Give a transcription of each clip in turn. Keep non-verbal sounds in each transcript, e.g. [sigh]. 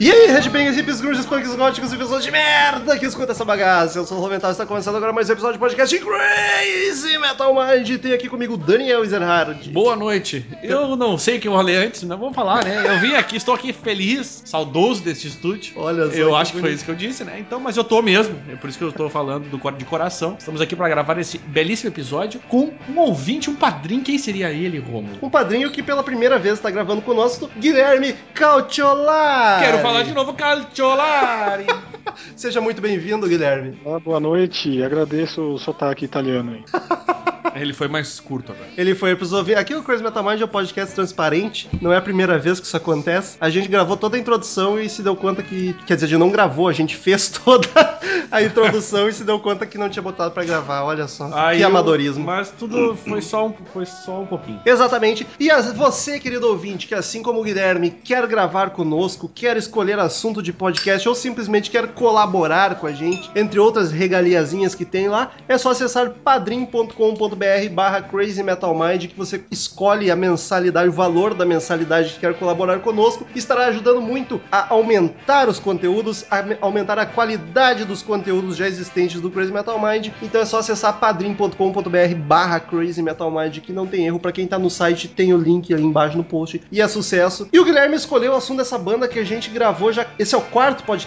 E aí, Redbangers, hippies, grunges, punks, góticos e pessoas de merda que escuta essa bagaça. Eu sou o Romental está começando agora mais um episódio de podcast Crazy Metal Mind. E Tem aqui comigo o Daniel Ezerhard. Boa noite. Eu não sei o que eu falei antes, mas vamos falar, né? Eu vim aqui, estou aqui feliz, saudoso desse estúdio. Olha só Eu que acho que foi bonito. isso que eu disse, né? Então, mas eu tô mesmo. É por isso que eu tô falando do cor de coração. Estamos aqui para gravar esse belíssimo episódio com um ouvinte, um padrinho. Quem seria ele, Romulo? Um padrinho que pela primeira vez está gravando conosco, Guilherme Cautiolari. Quero falar de novo, Calciolari. Seja muito bem-vindo, Guilherme. Olá, boa noite. Agradeço o sotaque italiano aí. [laughs] ele foi mais curto agora. Ele foi pros ouvintes. Aqui o Crazy Metal Mind é um podcast transparente. Não é a primeira vez que isso acontece. A gente gravou toda a introdução e se deu conta que. Quer dizer, a gente não gravou, a gente fez [laughs] toda a introdução e se deu conta que não tinha botado pra gravar. Olha só. Aí que eu- amadorismo. Mas tudo foi só um, foi só um pouquinho. Exatamente. E a- você, querido ouvinte, que assim como o Guilherme quer gravar conosco, quer escolher assunto de podcast ou simplesmente quer colaborar com a gente, entre outras regaliazinhas que tem lá, é só acessar padrim.com.br barra Crazy Metal Mind que você escolhe a mensalidade, o valor da mensalidade que quer colaborar conosco. Estará ajudando muito a aumentar os conteúdos, a me- aumentar a qualidade dos conteúdos já existentes do Crazy Metal Mind. Então é só acessar padrim.com.br barra Crazy Metal Mind, que não tem erro. Pra quem tá no site, tem o link ali embaixo no post. E é sucesso. E o Guilherme escolheu o assunto dessa banda que a gente gravou já. Esse é o quarto podcast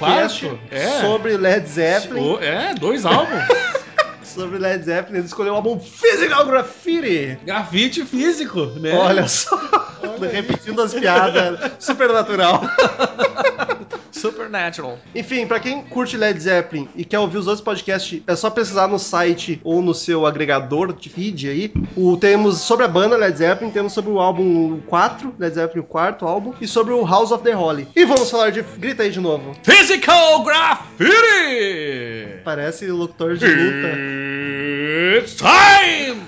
Quarto? É. sobre Led Zeppelin. Oh, é, dois álbuns. Sobre Led Zeppelin, ele escolheu o álbum Physical Graffiti. Grafite físico, né? Olha só, repetindo as piadas, super natural. Supernatural. Enfim, pra quem curte Led Zeppelin e quer ouvir os outros podcasts, é só pesquisar no site ou no seu agregador de feed aí. O, temos sobre a banda Led Zeppelin, temos sobre o álbum 4, Led Zeppelin, o quarto álbum, e sobre o House of the Holy. E vamos falar de. Grita aí de novo. Physical Graffiti! Parece locutor de luta. It's time!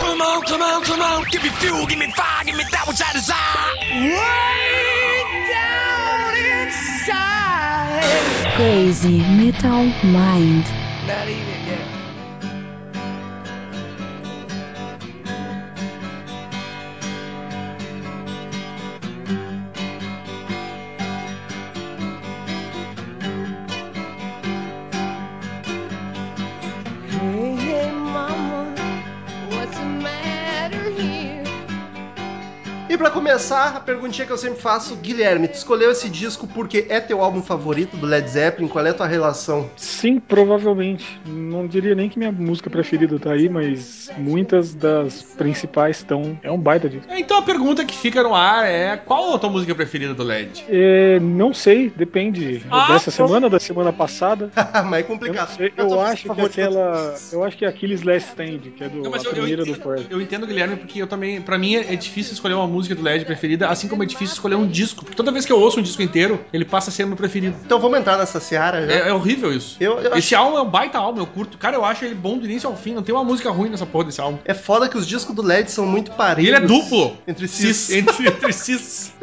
Come on, come on, come on. Give me fuel, give me fire, give me that which I desire. Way down inside. Crazy Metal Mind. Not even yet. Hey, hey, mama, what's the matter here? E pra começar, a perguntinha que eu sempre faço, Guilherme, tu escolheu esse disco porque é teu álbum favorito do Led Zeppelin? Qual é a tua relação? [laughs] Sim, provavelmente. Não diria nem que minha música preferida tá aí, mas muitas das principais estão. É um baita de. Então a pergunta que fica no ar é: qual a tua música preferida do LED? É, não sei, depende. É Ah, Tá dessa pô. semana, da semana passada. Mas é Eu, não complicado. sei, Qual é a eu tua acho que favorita? aquela. Eu acho que é Aquiles Last Stand, que é do, Não, mas a eu, eu primeira do entendo, Korn. eu entendo, Guilherme, porque eu também. Pra mim é difícil escolher uma música do LED preferida, assim como é difícil escolher um disco. Porque toda vez que eu ouço um disco inteiro, ele passa a ser meu preferido. Então vamos entrar nessa seara já. É, é horrível isso. Eu, eu acho... Esse álbum é um baita álbum, eu curto. Cara, eu acho ele bom do início ao fim. Não tem uma música ruim nessa porra desse álbum. É foda que os discos do LED são muito E parelhos. ele é duplo. Entre si. Cis. Entre, entre cis.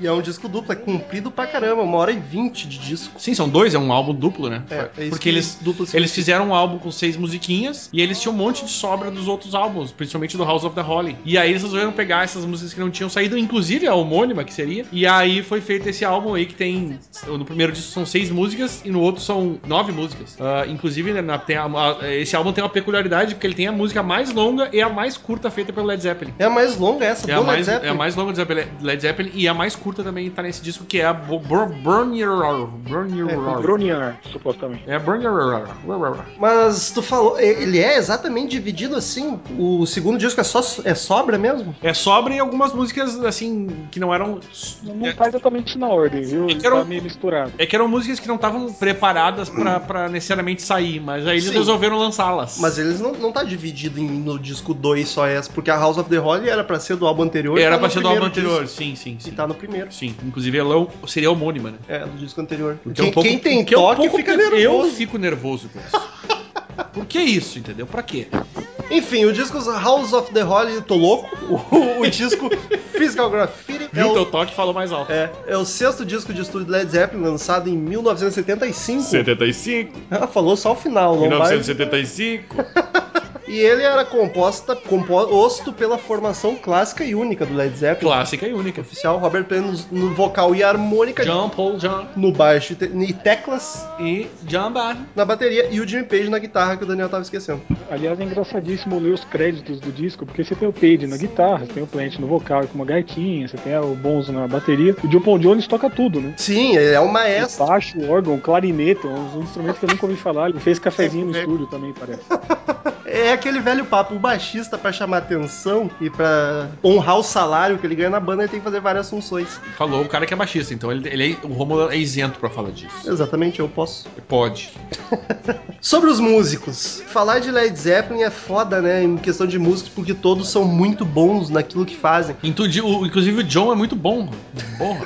E é um disco duplo, é comprido pra caramba, uma hora e vinte de disco. Sim, são dois, é um álbum duplo, né? É, é isso Porque que eles, duplos eles fizeram um álbum com seis musiquinhas e eles tinham um monte de sobra dos outros álbuns, principalmente do House of the Holly. E aí eles resolveram pegar essas músicas que não tinham saído, inclusive a homônima que seria. E aí foi feito esse álbum aí que tem. No primeiro disco são seis músicas e no outro são nove músicas. Ah, inclusive, né, na- tem a- a- esse álbum tem uma peculiaridade porque ele tem a música mais longa e a mais curta feita pelo Led Zeppelin. É a mais longa essa, É do a, Led mais, Zeppelin. é a mais longa do Zeppelin- Led Zeppelin e a mais curta também tá nesse disco, que é a Bo- Bur- Burn Your Hour. Burn Your É, Hour. Broniar, supostamente. É Burn Your Hour. Mas tu falou, e- ele é exatamente dividido assim? O segundo disco é só é sobra mesmo? É sobre algumas músicas, assim, que não eram. Não tá exatamente na ordem, viu? Eu quero- Tá meio misturado. É que eram músicas que não estavam preparadas pra, pra necessariamente sair, mas aí eles Hum. Sim. resolveram lançá-las. Mas eles não, não tá dividido em- no disco 2 só essa, porque a House of the Holy era pra ser do álbum anterior. Era tá pra no ser do álbum primeiro anterior, sim, sim, disco, sim. E tá no primeiro. Sim, inclusive ela é um- seria homônima, né? É, do disco anterior. O que é quem, um pouco- quem tem o que é um toque pouco fica pe- Eu nervoso. fico nervoso com isso. [laughs] Por que isso, entendeu? Pra quê? Enfim, o disco House of the Holy, eu tô louco. O, o disco Physical Graffiti é Viu? o, Teu toque falou mais alto. é, é o sexto disco de estúdio do Led Zeppelin, lançado em 1975. 75, Ela Ah, falou só o final, não vai. 1975. E ele era composta, composto pela formação clássica e única do Led Zeppelin. Clássica e única. Oficial Robert Plant no, no vocal e harmônica, John Paul John no baixo e, te- e teclas e John Barry. na bateria e o Jimmy Page na guitarra que o Daniel tava esquecendo. Aliás, é engraçadíssimo ler os créditos do disco, porque você tem o Page na guitarra, você tem o Plant no vocal e com uma gaitinha, você tem o Bonzo na bateria. O John Paul Jones toca tudo, né? Sim, ele é o O maestro. baixo, o órgão, o clarinete, é um instrumento que eu nunca ouvi falar. Ele fez cafezinho no Sempre estúdio também, parece. É aquele velho papo, o baixista pra chamar atenção e pra honrar o salário que ele ganha na banda, ele tem que fazer várias funções. Falou o cara que é baixista, então ele, ele é, o Romulo é isento pra falar disso. Exatamente, eu posso. Pode. Sobre os músicos, falar de Led Zeppelin é foda, né, em questão de músicos, porque todos são muito bons naquilo que fazem. Entendi, o- Inclusive o John é muito bom. Bom.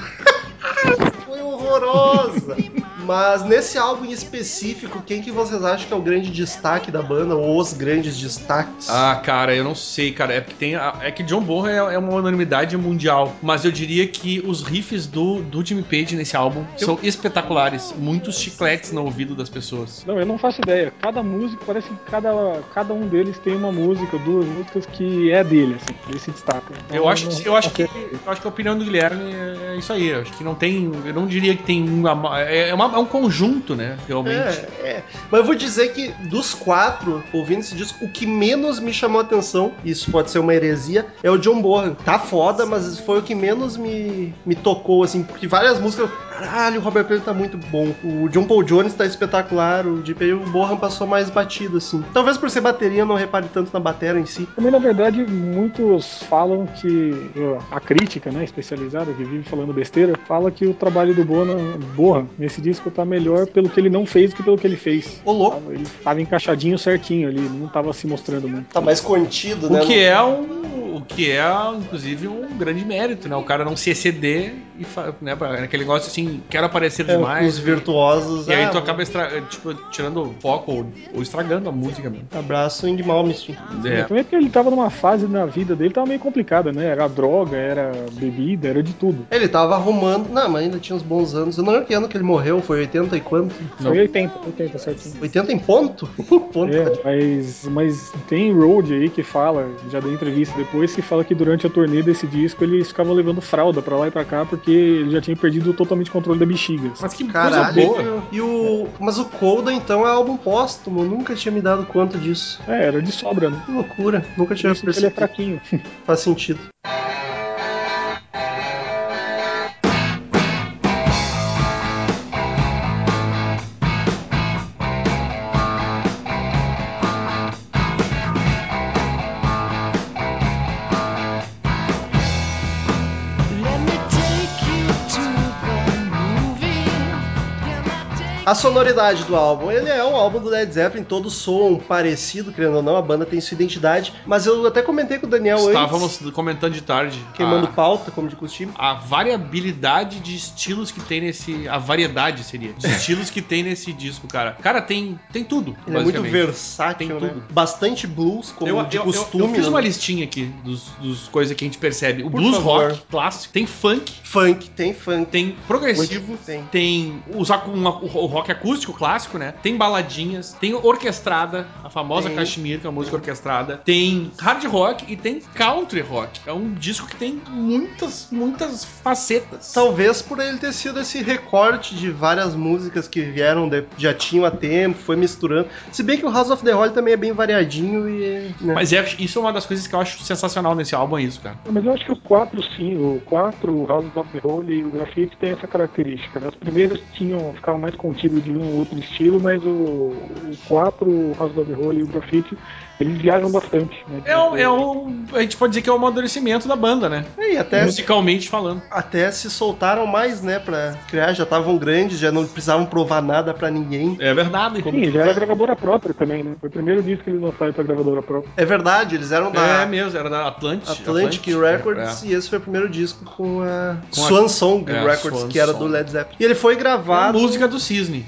Foi horrorosa. Mas nesse álbum em específico, quem que vocês acham que é o grande destaque da banda, ou os grandes destaques? Ah, cara, eu não sei, cara. É porque tem. a- É que John Bonham é, é uma unanimidade mundial. Mas eu diria que os riffs do, do Jimmy Page nesse álbum são espetaculares. Muitos chicletes no ouvido das pessoas. Não, eu não faço ideia. Cada músico, parece que cada, cada um deles tem uma música, duas músicas que é dele, assim. Ele se destaca. Então, Eu acho, não- que, eu, acho que, eu acho que a opinião do Guilherme é é isso aí. Eu acho que não tem. Eu não diria que tem um. a ma- É, é uma- é um conjunto, né? Realmente. É, é. Mas eu vou dizer que dos quatro, ouvindo esse disco, o que menos me chamou a atenção, isso pode ser uma heresia, é o John Bonham. Tá foda, mas foi o que menos me, me tocou, assim, porque várias músicas. Caralho, o Robert Plant tá muito bom. O John Paul Jones tá espetacular. O JP o Bonham passou mais batido, assim. Talvez por ser bateria, eu não repare tanto na bateria em si. Também, na verdade, muitos falam que ó, a crítica, né, especializada, que vive falando besteira, fala que o trabalho do Bona, Borra nesse disco tá melhor pelo que ele não fez que pelo que ele fez. Ô, louco. Ele tava encaixadinho certinho ali, não tava se mostrando muito. Tá mais contido, né? O que é um. O que é, inclusive, um grande mérito, né? O cara não se exceder e fa- né, pra- aquele negócio assim, quero aparecer É, demais. né? Os virtuosos. E aí ah, tu acaba estra- tipo, tirando o foco ou, ou estragando a música mesmo. Abraço, Indy Malmsteen. É. Também porque ele tava numa fase na vida dele, tava meio complicada, né? Era droga, era bebida, era de tudo. Ele tava arrumando. Não, mas ainda tinha uns bons anos. Eu não lembro que ano que ele morreu, foi 80 e quanto? Não. Foi 80, 80, certinho. 80 em ponto? [laughs] em ponto. É, mas, mas tem Road aí que fala, já deu entrevista depois, que fala que durante a turnê desse disco eles ficavam levando fralda pra lá e pra cá porque ele já tinha perdido totalmente o controle da bexiga. Mas que Caralho. coisa boa. E o. Mas o Coda então é álbum póstumo. Eu nunca tinha me dado conta disso. É, era de sobra, né? Que loucura. Nunca Por tinha isso que Ele é percebido. fraquinho. Faz sentido. Let me take you to the movie. Can I take A sonoridade do álbum, ele é um álbum do Led Zeppelin, todos soam parecido, querendo ou não, a banda tem sua identidade, mas eu até comentei com o Daniel antes, Estávamos Ah. comentando de tarde. queimando a... pauta, como de costume. A variabilidade de estilos que tem nesse. A variedade seria. [laughs] De estilos que tem nesse disco, cara. Cara, tem, tem tudo. Ele é muito basicamente. versátil, Tem né? tudo. Bastante blues, como eu, de eu- eu- costume. eu fiz né? uma listinha aqui dos, dos coisas que a gente percebe. O Por blues favor. rock clássico, tem funk, Funk, tem funk. tem progressivo, Tem. tem os acu- um acu- o rock acústico clássico, né? Tem baladinhas, tem orquestrada, a famosa Tem. Kashmir, que é a música orquestrada, tem hard rock e tem country rock. É um disco que tem muitas, muitas facetas. Talvez por ele ter sido esse recorte de várias músicas que vieram, de- já tinham há tempo, foi misturando. Se bem que o House of the Holy também é bem variadinho e. né? Mas é, isso é uma das coisas que eu acho sensacional nesse álbum, é isso, cara. [laughs] Mas eu acho que os quatro, sim, o quatro, o House of the Holy e o Graffiti tem essa característica. né? Os primeiros tinham, ficavam mais estilo de um outro estilo, mas o, o 4, o House of Roll e o Graffiti, eles viajam bastante. Né? É um, é um- A gente pode dizer que é o amadurecimento da banda, né? É, e até, Musicalmente falando. até se soltaram mais, né, pra criar, já estavam grandes, já não precisavam provar nada pra ninguém. É verdade. Sim, já era gravadora própria também, né? Foi o primeiro disco que eles lançaram pra gravadora própria. É verdade, eles eram da É mesmo, era da Atlantic. Atlantic Records É. e esse foi o primeiro disco com a Com a- Swan Song é, Records, Swan que era Song. do Led Zeppelin. E ele foi A gravado, música do Cisne.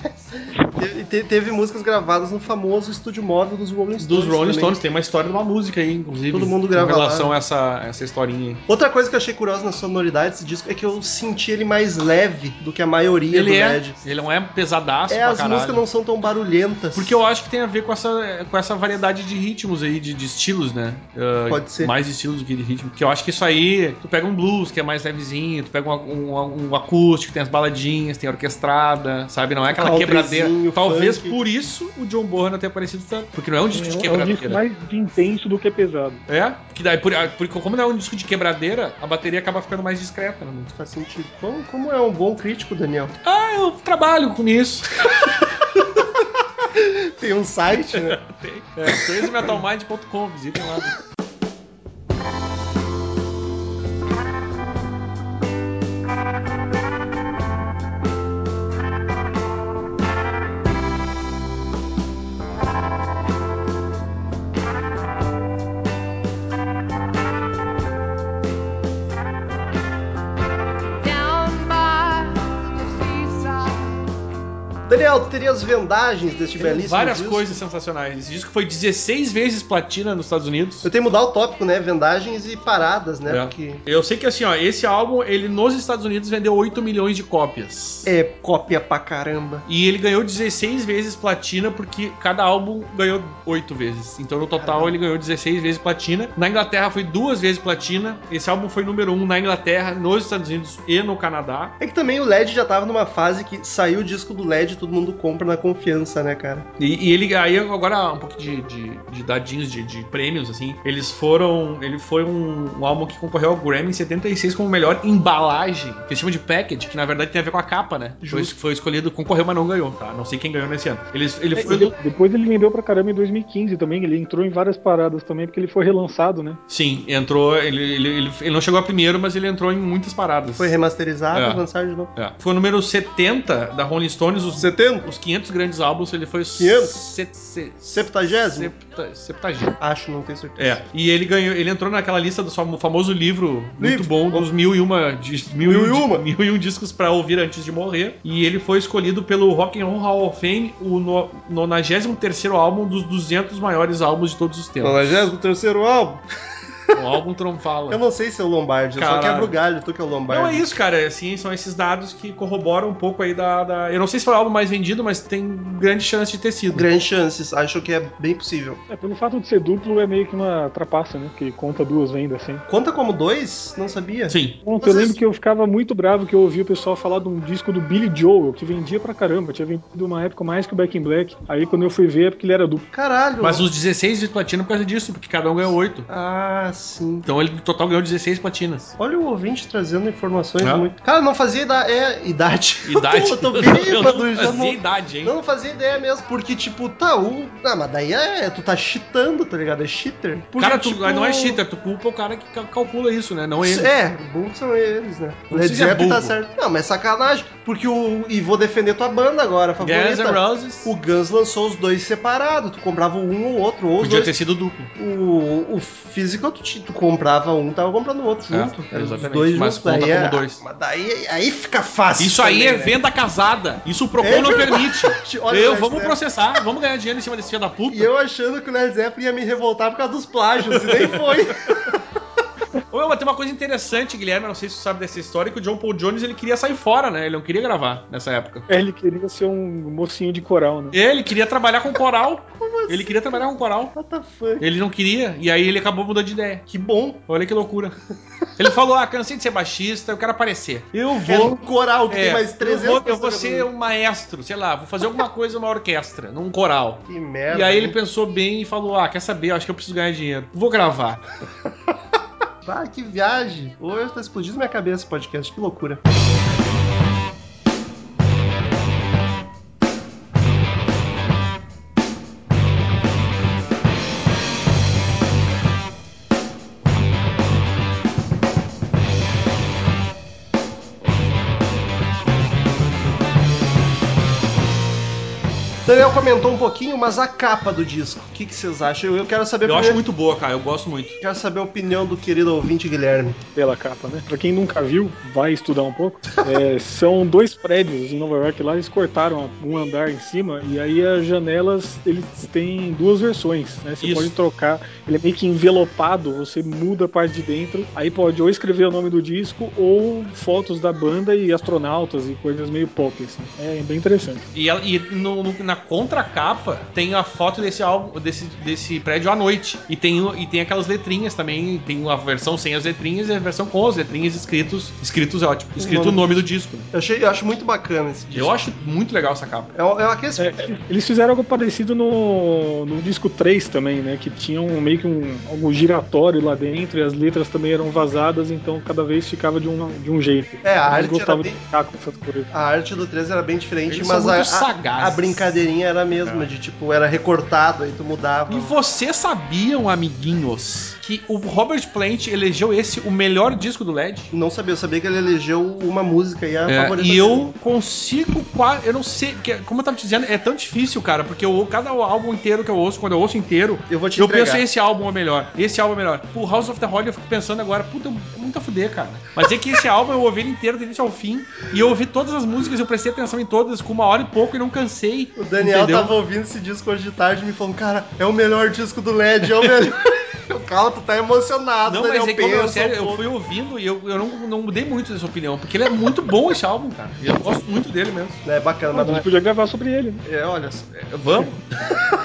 te- te- teve músicas gravadas no famoso estúdio móvel dos Rolling Stones. Dos Rolling também. Stones. Tem uma história de uma música aí, inclusive. Todo mundo grava Em relação lá. né? a essa, essa historinha aí. Outra coisa que eu achei curiosa na sonoridade desse disco é que eu senti ele mais leve do que a maioria Ele do é, Led. ele não é pesadaço É, pra as caralho. músicas não são tão barulhentas. Porque eu acho que tem a ver com essa, com essa variedade de ritmos aí, de, de estilos, né? Ah, Pode ser. Mais de estilos do que de ritmo. Porque eu acho que isso aí, tu pega um blues, que é mais levezinho, tu pega um, um- um acústico, tem as baladinhas, tem a orquestrada, sabe? Não é aquela Countryzinho, quebradeira. Talvez funk. por isso o John Bonham tenha aparecido tanto. Porque não é um disco de É um- é um disco quebradeira. mais de intenso do que pesado. É, que daí, por, por- como não é um disco de quebradeira, a bateria acaba ficando mais discreta na música. Faz sentido. Como, como é um bom crítico, Daniel? Ah, eu trabalho com isso. [laughs] Tem um site, né? Tem. [laughs] É, crazymetalmind.com, visitem lá. Down by the seaside. [laughs] Daniel, tu teria as vendagens deste belíssimo Várias disco? coisas sensacionais. Esse disco foi 16 vezes platina nos Estados Unidos. Eu tenho que mudar o tópico, né? Vendagens e paradas, né? É. Porque Eu sei que assim, ó, esse álbum, ele nos Estados Unidos vendeu 8 milhões de cópias. é cópia pra caramba. E ele ganhou 16 vezes platina, porque cada álbum ganhou 8 vezes. Então, no total, Caramba. ele ganhou 16 vezes platina. Na Inglaterra foi duas vezes platina. Esse álbum foi número 1 na Inglaterra, nos Estados Unidos e no Canadá. É que também o LED já tava numa fase que saiu o disco do LED, todo mundo compra na confiança, né, cara? E, e ele aí agora um pouco de, de, de dadinhos de, de prêmios assim. Eles foram, ele foi um, um álbum que concorreu ao Grammy em 76 como melhor embalagem, que eles chamam de package, que na verdade tem a ver com a capa, né? Foi, Justo. foi escolhido, concorreu, mas não ganhou, tá? Não sei quem ganhou nesse ano. Eles, ele É, foi e de- depois ele vendeu pra caramba em 2015 também, ele entrou em várias paradas também, porque ele foi relançado, né? Sim, entrou, ele, ele, ele, ele não chegou a primeiro, mas ele entrou em muitas paradas. Foi remasterizado, É. lançaram de novo. É. Foi o número 70 da Rolling Stones, os, 70? os 500 grandes álbuns, ele foi 500? set- se- Septagésimo? septa- septagésimo. Acho, não tenho certeza. É, e ele ganhou, ele entrou naquela lista do famo- famoso livro, muito Livro. bom dos mil e uma, dis- mil, Mil e e um, uma. di- mil e um discos pra ouvir antes de morrer. E ele foi escolhido pelo Rock and Roll Hall of Fame, o no, 93º álbum dos 200 maiores álbuns de todos os Então, tempos. 93 é álbum? Um álbum tu não fala. Eu não sei se é o Lombardi, eu só Caralho. quebro o galho, tu que é o Lombardi. Não é isso, cara. Assim, são esses dados que corroboram um pouco aí da, da- Eu não sei se foi o álbum mais vendido, mas tem grande chance de ter sido. Grandes chances, acho que é bem possível. É, pelo fato de ser duplo, é meio que uma trapaça, né? Que conta duas vendas, assim. Conta como dois? Não sabia? Sim. Bom, Mas eu lembro isso- que eu ficava muito bravo que eu ouvia o pessoal falar de um disco do Billy Joel, que vendia pra caramba. Tinha vendido uma época mais que o Back in Black. Aí quando eu fui ver é porque ele era duplo. Caralho. Mas um- os 16 de platina por causa disso, porque cada um ganhou 8. Ah, sim. Então ele no total ganhou 16 [laughs] platinas. Olha o ouvinte trazendo informações Ah. muito. Cara, não fazia idade. É, idade. [laughs] Idade. eu tô bêbado, não já fazia não. idade, hein? Não fazia ideia mesmo, porque, tipo, tá, o. Ah, mas daí é. Tu tá cheatando, tá ligado? É cheater. Porque, cara, tu, tipo, não é cheater, tu culpa o cara que ca- calcula isso, né? Não ele. É, burros são eles, né? Não Led precisa Zeppelin tá burro. certo. Não, mas sacanagem. Porque o. E vou defender tua banda agora, Guns N' favorita. Roses O Guns lançou os dois separados. Tu comprava um ou outro, ou os podia dois. ter sido duplo. O, o físico, tu, te- tu comprava um, tava comprando o outro É, junto. Era os exatamente. dois Mas juntos. conta daí como é- dois. Mas daí aí fica fácil. Isso aí também, é né? venda casada. Isso o Procon É não permite. Olha, né? eu, Led vamos Zeppelin. processar, vamos ganhar dinheiro em cima desse filho da puta. E eu achando que o Led Zeppelin ia me revoltar por causa dos plágios, e nem [laughs] foi. Ô, mas tem uma coisa interessante, Guilherme, eu não sei se você sabe dessa história, que o John Paul Jones ele queria sair fora, né? Ele não queria gravar nessa época. É, Ele queria ser um mocinho de coral, né? Ele queria trabalhar com coral. Ele queria trabalhar com coral. What the fuck? Ele não queria, e aí ele acabou mudando de ideia. Que bom. Olha que loucura. Ele falou: Ah, cansei de ser baixista, eu quero aparecer. Eu É vou. um coral que É, tem mais 300 eu vou, eu vou pessoas ser um maestro, sei lá, vou fazer alguma coisa numa orquestra, num coral. gravando. Que merda. né? E aí ele hein? pensou bem e falou: Ah, quer saber? Eu acho que eu preciso ganhar dinheiro. Vou gravar. Ah, que viagem. Hoje tá explodindo minha cabeça esse podcast, que loucura. Daniel comentou um pouquinho, mas a capa do disco, o que, que vocês acham? Eu, eu quero saber Eu primeiro- acho muito boa, cara. Eu gosto muito. Quero saber a opinião do querido ouvinte Guilherme. pela capa, né? Pra quem nunca viu, vai estudar um pouco. É, são dois prédios em Nova York lá, eles cortaram um andar em cima e aí as janelas eles têm duas versões, né? Você Isso. pode trocar, ele é meio que envelopado, você muda a parte de dentro, aí pode ou escrever o nome do disco ou fotos da banda e astronautas e coisas meio pop, assim. É bem interessante. E, ela- e no- no- na contracapa tem a foto desse álbum, desse, desse prédio à noite. E tem, o- e tem aquelas letrinhas também. Tem a versão sem as letrinhas e a versão com as letrinhas escritos. Escritos é ótimo. Escrito o nome. nome do disco. né? Eu, achei, eu acho muito bacana esse disco. Eu acho muito legal essa capa. É, um- é um- aquele- É, eles fizeram algo parecido no, no disco 3 também, né? Que tinha um, meio que um, algo giratório lá dentro e as letras também eram vazadas, então cada vez ficava de um, de um jeito. É, a Eles arte era gostavam bem- de ficar com essas coisas. A arte do 13 era bem diferente, Eles mas são a, muito a- sagazes. É. a brincadeirinha era a mesma, de tipo, era recortado, aí tu mudava. E vocês sabiam, amiguinhos, que o Robert Plant elegeu esse o melhor disco do LED? Não sabia, eu sabia que ele elegeu uma música e a É, favorita e dele. eu consigo quase. Eu não sei. porque, Como eu tava te dizendo, é tão difícil, cara, porque eu, cada álbum inteiro que eu ouço, quando eu ouço inteiro, Eu vou te eu entregar. penso esse álbum é melhor. Esse álbum é melhor. O House of the Holy eu fico pensando agora, puta, eu- é muito a fuder, cara. Mas é que esse álbum eu ouvi ele inteiro, do início ao fim, e eu ouvi todas as músicas, eu prestei atenção em todas, com uma hora e pouco e não cansei. O Daniel tá entendeu? tava ouvindo esse disco hoje de tarde e me falou, cara, é o melhor disco do LED, é o melhor. [laughs] Calma, tu tá emocionado, Não, mas Daniel. é que como eu, pensa sério, um eu pouco. fui ouvindo e eu, eu não, não mudei muito dessa opinião, porque ele é muito bom esse álbum, cara. E eu gosto muito dele mesmo. É bacana, Mas mas a não gente podia gravar sobre ele, né? é, é, olha só. É, Vamos? [laughs]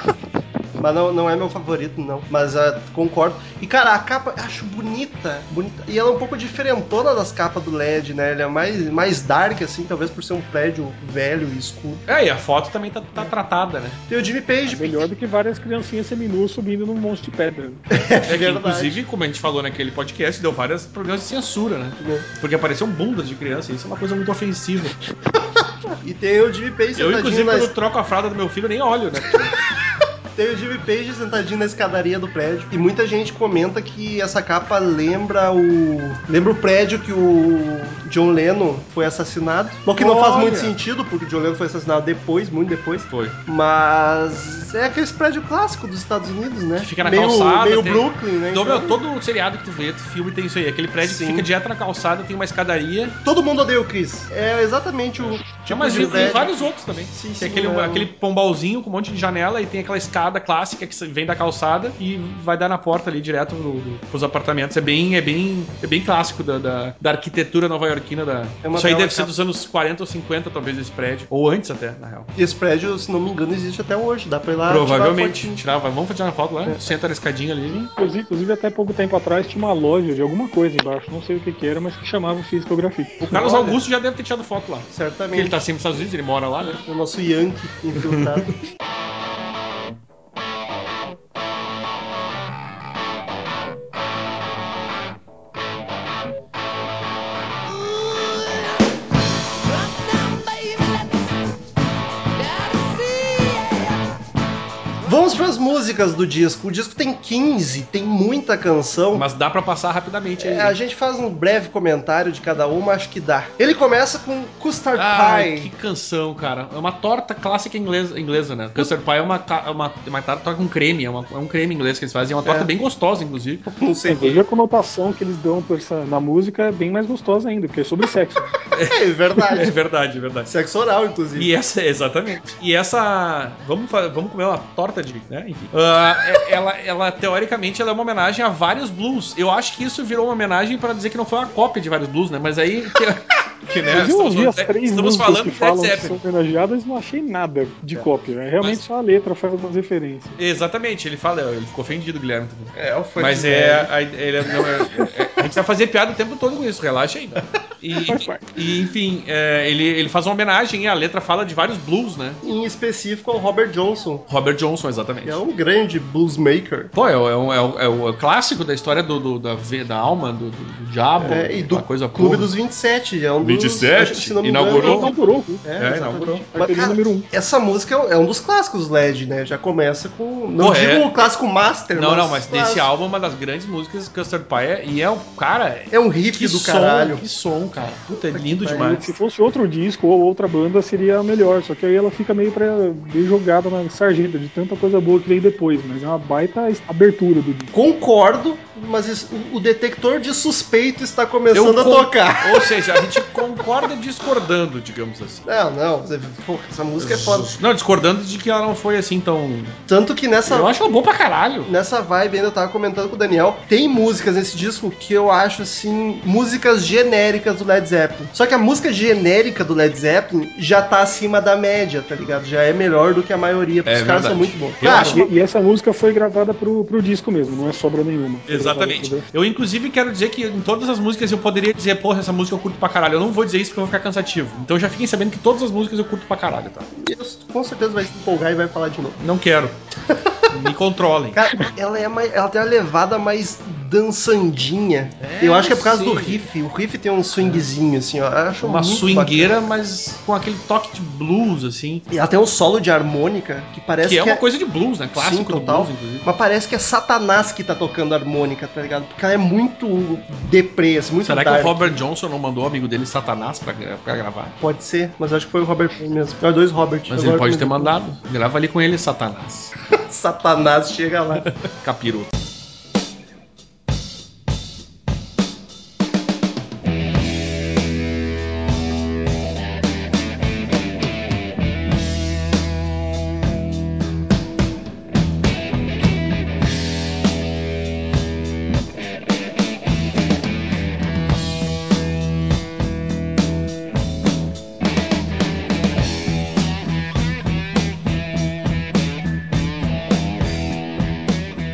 Mas não, não é meu favorito, não. Mas ah, concordo. E, cara, a capa eu acho bonita, bonita. E ela é um pouco diferentona das capas do LED, né? Ela é mais, mais dark, assim, talvez por ser um prédio velho e escuro. É, e a foto também tá, tá tratada, né? Tem o Jimmy Page. Melhor do que várias criancinhas seminuas subindo num monte de pedra. É que, Verdade. inclusive, como a gente falou naquele podcast, deu vários problemas de censura, né? Porque apareciam bundas de criança, e isso é uma coisa muito ofensiva. E tem o Jimmy Page Eu, inclusive, sentadinho na... quando eu troco a fralda do meu filho, eu nem olho, [laughs] né? Tem o Jimmy Page sentadinho na escadaria do prédio. E muita gente comenta que essa capa lembra o. Lembra o prédio que o John Lennon foi assassinado. O que não faz Olha. muito sentido, porque o John Lennon foi assassinado depois, muito depois. Foi. Mas é aquele prédio clássico dos Estados Unidos, né? Fica na meio, calçada. Meio tem- Brooklyn, né? Então, Então, meu, todo seriado que tu vê, todo filme tem isso aí. Aquele prédio Sim. que fica direto na calçada, tem uma escadaria. Todo mundo odeia o Chris. É exatamente o Não, tipo mas de um, tem prédio. vários outros também. Sim, é um sim, tem aquele, não. aquele pombalzinho com um monte de janela e tem aquela escada clássica que vem da calçada e vai dar na porta ali direto no- no- pros apartamentos. É bem, é bem, é bem clássico da, da, da arquitetura nova-iorquina. Da... É uma Isso aí bela deve ser capa. dos anos 40 ou 50, talvez, esse prédio. Ou antes até, na real. Esse prédio, se não me engano, existe até hoje. Dá pra ir lá. Ah, tirar uma Provavelmente. fotinho. É. Tirava, vamos tirar uma foto lá? Senta na escadinha ali. Inclusive, inclusive, até pouco tempo atrás tinha uma loja de alguma coisa embaixo, não sei o que que era, mas que chamava Fisicografia. O Carlos Olha. Augusto já deve ter tirado foto lá. Porque ele Certamente. tá sempre nos Estados Unidos, ele mora lá, né? O nosso Yankee infiltrado. Vamos para as músicas do disco. O disco tem 15, tem muita canção. Mas dá pra passar rapidamente aí. É, né? a gente faz um breve comentário de cada uma, acho que dá. Ele começa com Custard Ai, que Pie. canção, cara. É uma torta clássica inglesa, inglesa né? Custard pie é uma, ta- é uma, é uma torta com creme, é, uma- é um creme inglês que eles fazem. É uma torta É. bem gostosa, inclusive. Não sei Veja a conotação que eles dão pra essa- na música é bem mais gostosa ainda, porque é sobre sexo. [laughs] É É verdade. verdade, é verdade. Sexo oral, inclusive. E essa, exatamente. E essa. Vamos, fa- vamos comer uma torta de. Né? Enfim. Ah, é- ela, ela, teoricamente, ela é uma homenagem a vários blues. Eu acho que isso virou uma homenagem pra dizer que não foi uma cópia de vários blues, né? Mas aí. [laughs] Que, que, né? Mas eu ouvi as Estamos, três estamos músicas falando que de Led falam que Zeppelin. são homenageadas e não achei nada de cópia. É realmente Mas- só a letra faz algumas referências. Exatamente, ele fala, ele ficou ofendido, Guilherme. também. É, o funk Mas é, velho. a, ele é- não, é- é- A gente vai fazer piada o tempo todo com isso, relaxa aí. E, Faz parte. e, enfim, é, ele, ele faz uma homenagem e a letra fala de vários blues, né? Em específico ao Robert Johnson, Robert Johnson, que exatamente. é um grande bluesmaker. Pô, é, o- é, o- é, o- é o clássico da história do, do- da, ve- da alma, do, do- do diabo, É, e do da coisa Clube porra. dos 27. É um dos, 27? acho que, se não me engano, Inaugurou? é um- Inaugurou. É, É, inaugurou. inaugurou. Mas, Carteirinha cara, número um. essa música é um- é um dos clássicos LED, né? Já começa com. Não Pô, digo é. o clássico master, Não, não, mas clássico. desse álbum é uma das grandes músicas Custard Pie é- e é o cara. É um riff do som, caralho. que som, cara. Puta, é lindo Aí, demais. Se fosse outro disco ou outra banda, seria melhor. Só que aí ela fica meio, pra, meio jogada na sarjeta de tanta coisa boa que vem depois. Mas é uma baita abertura do disco. Concordo, mas isso- o, o detector de suspeito está Eu começando a con- tocar. [laughs] Ou seja, a gente concorda discordando, digamos assim. Não, não, você- pô, essa música é foda. Não, discordando de que ela não foi assim tão. Tanto que nessa, Eu acho ela boa pra caralho. nessa vibe ainda eu tava comentando com o Daniel, tem músicas nesse disco que eu acho assim, músicas genéricas do Led Zeppelin. Só que a música genérica do Led Zeppelin já tá acima da média, tá ligado? Já é melhor do que a maioria, porque É os caras verdade. são muito bons. Ah, Eu Cara, acho E, e essa música foi gravada pro, pro disco mesmo, não é sobra nenhuma. Foi gravada Exatamente. pro- Eu, inclusive, quero dizer que em todas as músicas eu poderia dizer, porra, essa música eu curto pra caralho. Eu não vou dizer isso porque eu vou ficar cansativo. Então já fiquem sabendo que todas as músicas eu curto pra caralho, tá? Deus com certeza vai se empolgar e vai falar de novo. Não [laughs] quero. Me controlem. Cara, ela, é mais, ela tem uma levada mais dançandinha. eu acho que é por causa sim. do riff. O riff tem um swingzinho, assim, ó. Eu acho Uma muito swingueira, mas com aquele toque de blues, assim. bacana. E ela tem um solo de harmônica que parece que é que uma é... coisa de blues, né? Clássico Sim, do total. blues, inclusive. Mas parece que é Satanás que tá tocando harmônica, tá ligado? Porque ela é muito deprê, assim, muito Será que dark. o Robert Johnson não mandou o amigo dele Satanás pra, gra- pra gravar? Pode ser, mas eu acho que foi o Robert Plant mesmo. Foi dois Robert. Mas Agora ele pode que- ter mandado. Grava ali com ele, Satanás. Satanás chega [laughs] lá. Capiroto.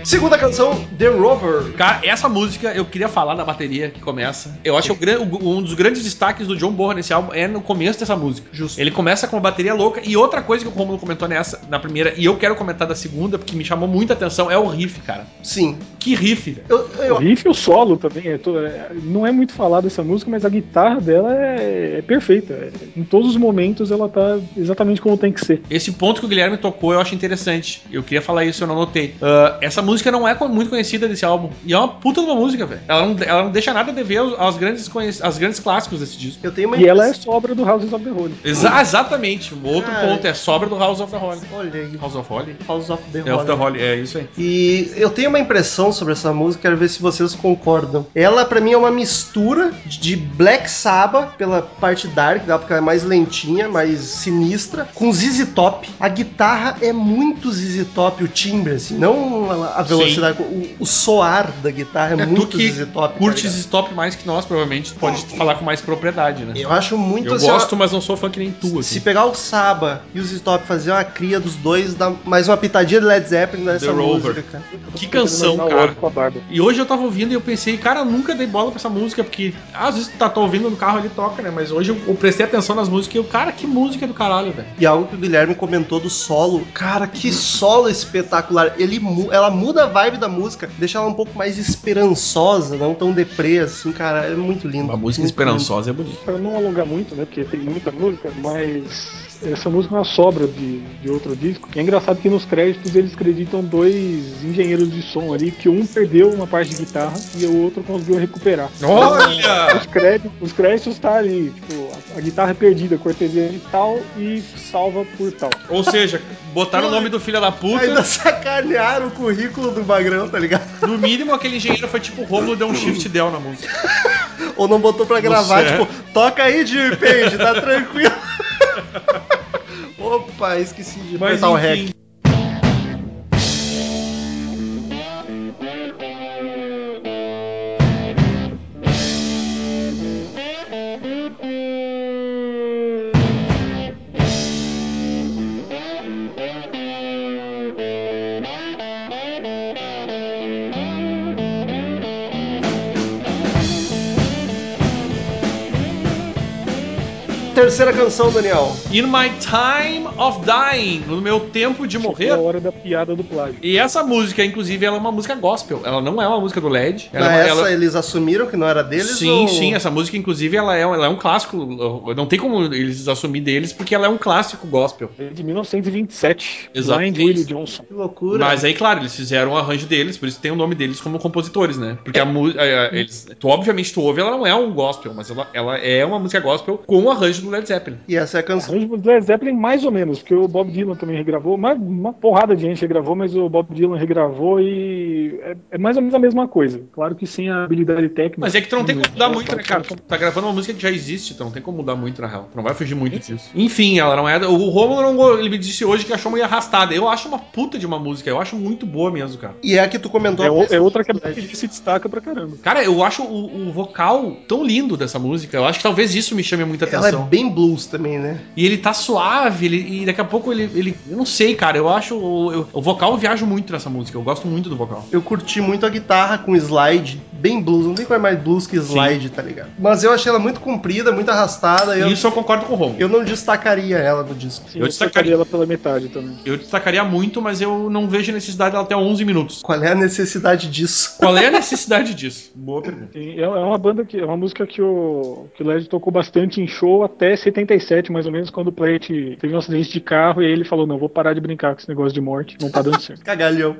Segunda canção, The Rover. Cara, essa música eu queria falar na bateria que começa. Eu acho que o gran- o- um dos grandes destaques do John Bonham nesse álbum é no começo dessa música. Justo. Ele começa com uma bateria louca e outra coisa que o Romulo comentou nessa, na primeira, e eu quero comentar da segunda, porque me chamou muita atenção, é o riff, cara. Sim. Que riff, velho. Eu, eu, O riff e É o solo também. é to- é- não é muito falado essa música, mas a guitarra dela é, é perfeita. É- Em todos os momentos ela tá exatamente como tem que ser. Esse ponto que o Guilherme tocou eu acho interessante. Eu queria falar isso, eu não notei. Ah, essa música não é co- muito conhecida desse álbum. E é uma puta de uma música, velho. Ela não, ela não deixa nada a dever aos, aos grandes, conhec- aos grandes clássicos desse disco. eu tenho uma E ela é sobra do Houses of the Holy. Exa- exatamente. Um outro Cara. ponto é sobra do House of the Holly. Olha aí. House of Holly? House of the É of the Holy. Holly, é isso aí. E eu tenho uma impressão sobre essa música, quero ver se vocês concordam. Ela, pra mim, é uma mistura de Black Sabbath, pela parte dark, dela, porque ela é mais lentinha, mais sinistra, com ZZ Top. A guitarra é muito ZZ Top, o timbre, assim, não a a velocidade, o, o soar da guitarra é, É, muito tu que ZZ Top. tá Curte ligado? esse top mais que nós, provavelmente. tu Pode falar com mais propriedade, né? Eu acho muito Eu assim, ó, gosto, mas não sou fã que nem tu. Se Assim. pegar o Saba e o ZZ Top fazer uma cria dos dois, dá mais uma pitadinha de Led Zeppelin nessa The Rover. música, cara. Que canção, Na cara. hora com a barba. E hoje eu tava ouvindo e eu pensei, cara, eu nunca dei bola pra essa música, porque às vezes tu tá, tá ouvindo no carro ali toca, né? Mas hoje eu, eu prestei atenção nas músicas e eu, cara, que música do caralho, velho. E algo que o Guilherme comentou do solo. Cara, que solo espetacular. Ele, mu- ela muda a vibe da música, deixa ela um pouco mais esperançosa, não tão deprê assim, cara. É muito lindo. Muito é bonita. Pra não alongar muito, né? Porque tem muita música, mas essa música é uma sobra de, de outro disco. E é engraçado que nos créditos eles acreditam dois engenheiros de som ali, que um perdeu uma parte de guitarra e o outro conseguiu recuperar. Olha! Os créditos, os créditos tá ali, tipo, a, a guitarra é perdida, cortesia de tal e salva por tal. Ou seja, botaram o nome do filho da lindo. Ainda puta. sacanearam o currículo do Magrão, tá ligado? No mínimo, aquele engenheiro foi tipo o Romulo deu um shift del na música. Ou não botou pra gravar, Você é? tipo, toca aí, Jimmy Page, tá tranquilo. Opa, esqueci de Mas apertar o rec. enfim, terceira Terceira canção, Daniel. In My Time of Dying, no meu tempo de É morrer. a hora da piada do plágio. E essa música, inclusive, ela é uma música gospel. Ela não é uma música do LED. Ela, Ah, é uma- essa ela- eles assumiram que não era deles? Sim, ou- sim, essa música, inclusive, ela é, ela é um clássico. Não tem como eles assumir deles, porque ela é um clássico gospel. É de 1927. Exato. Lá em Willie Johnson. Que loucura. Mas aí, claro, eles fizeram o arranjo deles, por isso tem o nome deles como compositores, né? Porque a música. Eles, tu, obviamente, tu ouve, ela não é um gospel, mas ela, ela é uma música gospel com o arranjo do Led Zeppelin. E essa é a canção. Arranjo do Led Zeppelin, mais ou menos, porque o Bob Dylan também regravou, uma, uma porrada de gente regravou, mas o Bob Dylan regravou e é, é mais ou menos a mesma coisa. Claro que sem a habilidade técnica. Mas é que tu não tem como mudar muito, né, cara? Tu tá gravando uma música que já existe, então não tem como mudar muito, na real. Tu não vai fugir muito disso. Enfim, ela não é. O Romulo não, go- ele me disse hoje que achou meio arrastada. Eu acho uma puta de uma música, eu acho muito boa mesmo, cara. E é a que tu comentou. É, o- é outra que a gente se destaca pra caramba. Cara, eu acho o, o vocal tão lindo dessa música. Eu acho que talvez isso me chame muita Ela é atenção. bem blues também, né? E ele tá suave, ele- e daqui a pouco ele, ele. Eu não sei, cara. Eu acho. eu- o vocal eu viajo muito nessa música. Eu gosto muito do vocal. Eu curti muito a guitarra com slide, bem blues. Não tem coisa mais blues que slide, tá ligado? Mas eu achei ela muito comprida, muito arrastada. Eu, E isso eu concordo com o Romulo. eu não destacaria ela no disco. Sim, Eu eu destacaria- destacaria ela pela metade também. Eu destacaria muito, mas eu não vejo necessidade dela até 11 minutos. Qual é a necessidade disso? Qual é a necessidade disso? Boa pergunta. Sim, é é uma banda que é uma música que o, que o Led tocou bastante em show até 77, mais ou menos, quando o Plant teve um acidente de carro e aí ele falou: Não, vou parar de brincar com esse negócio de morte, não tá [laughs] dando certo. Cagalhão.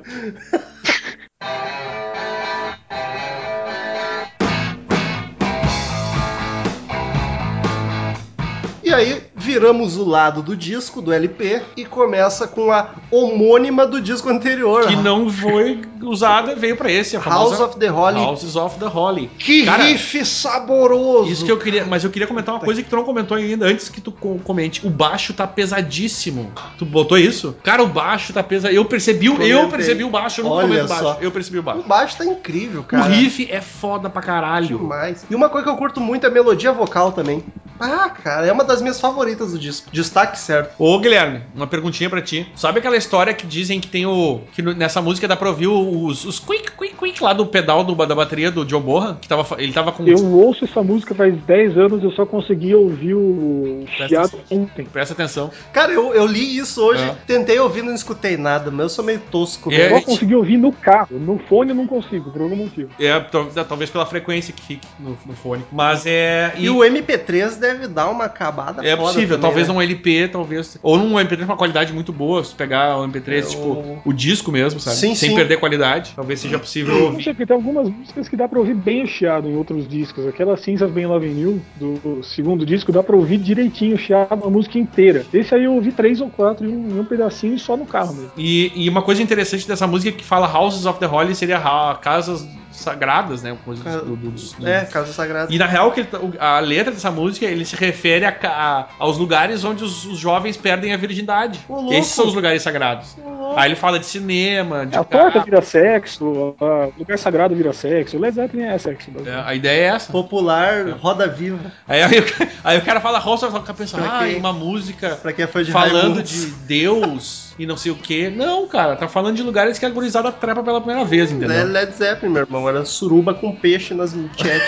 E aí, viramos o lado do disco, do LP, e começa com a homônima do disco anterior. Que não foi usada, veio pra esse. A famosa House of the Holy. Houses of the Holly. Que Cara, riff saboroso! Isso que eu queria, mas eu queria comentar uma coisa que tu não comentou ainda antes que tu co- comente. O baixo tá pesadíssimo. Tu botou isso? Cara, o baixo tá pesado. Eu percebi, o- eu Comentei. percebi o baixo, eu não Olha comento o baixo. só. Eu percebi o O baixo. baixo tá incrível, cara. O riff é foda pra caralho. Demais. E uma coisa que eu curto muito é a melodia vocal também. Ah, cara, é uma das minhas favoritas do disco. Destaque certo. Ô Guilherme, uma perguntinha pra ti. Sabe aquela história que dizem que tem o. que no- nessa música dá pra ouvir os, os quick, quick, quick lá do pedal do- da bateria do John Borra? Que tava, fa- ele tava com. Eu ouço essa música faz 10 anos, eu só consegui ouvir o Presta Chiado ontem. Presta atenção. Cara, eu, eu li isso hoje, É. tentei ouvir, não escutei nada, mas eu sou meio tosco. É, mesmo. Só consegui ouvir no carro, no fone eu não consigo, por algum motivo. É, tal- talvez pela frequência que fique no, no fone. Mas é. E o MP3 deve dar uma acabada É foda possível, também, talvez né? num LP, talvez. Ou num MP3 com uma qualidade muito boa, se pegar o MP3, Eu- tipo, o disco mesmo, sabe? É, Sim, Sem sim. Hum. perder qualidade. Talvez seja possível ouvir. Poxa, que tem algumas músicas que dá pra ouvir bem o chiado em outros discos. Aquela Cinza Bem Love New do segundo disco dá pra ouvir direitinho o chiado, a música inteira. Esse aí eu ouvi três ou quatro em um, em um pedacinho só no carro mesmo. E, e uma coisa interessante dessa música é que fala Houses of the Holy seria ha- casas sagradas, né? Coisas Ca- do- do- dos- É, Casa Sagrada. E na real, que ele tá- o- a letra dessa música ele se refere a ca- a- aos lugares onde os, os jovens perdem a virgindade. Ô, louco. Esses são os lugares sagrados. Aí ele fala de cinema, de A porta vira sexo, a- o lugar sagrado vira sexo, o Led Zeppelin é sexo. É, A ideia é essa. Popular, roda viva. Aí, aí, o ca- aí o cara fala House of the Holy, pensa, Pra ah, quê? uma música Pra quem é fã de falando Raimundos. de Deus e não sei o que. Não, cara, tá falando de lugares que a gurizada trepa pela primeira vez, Não é entendeu? Led Zeppelin, meu irmão. Era suruba com peixe nas [laughs] chat.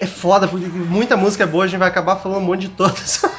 é foda, porque muita música é boa, a gente vai acabar falando um monte de todas. [laughs]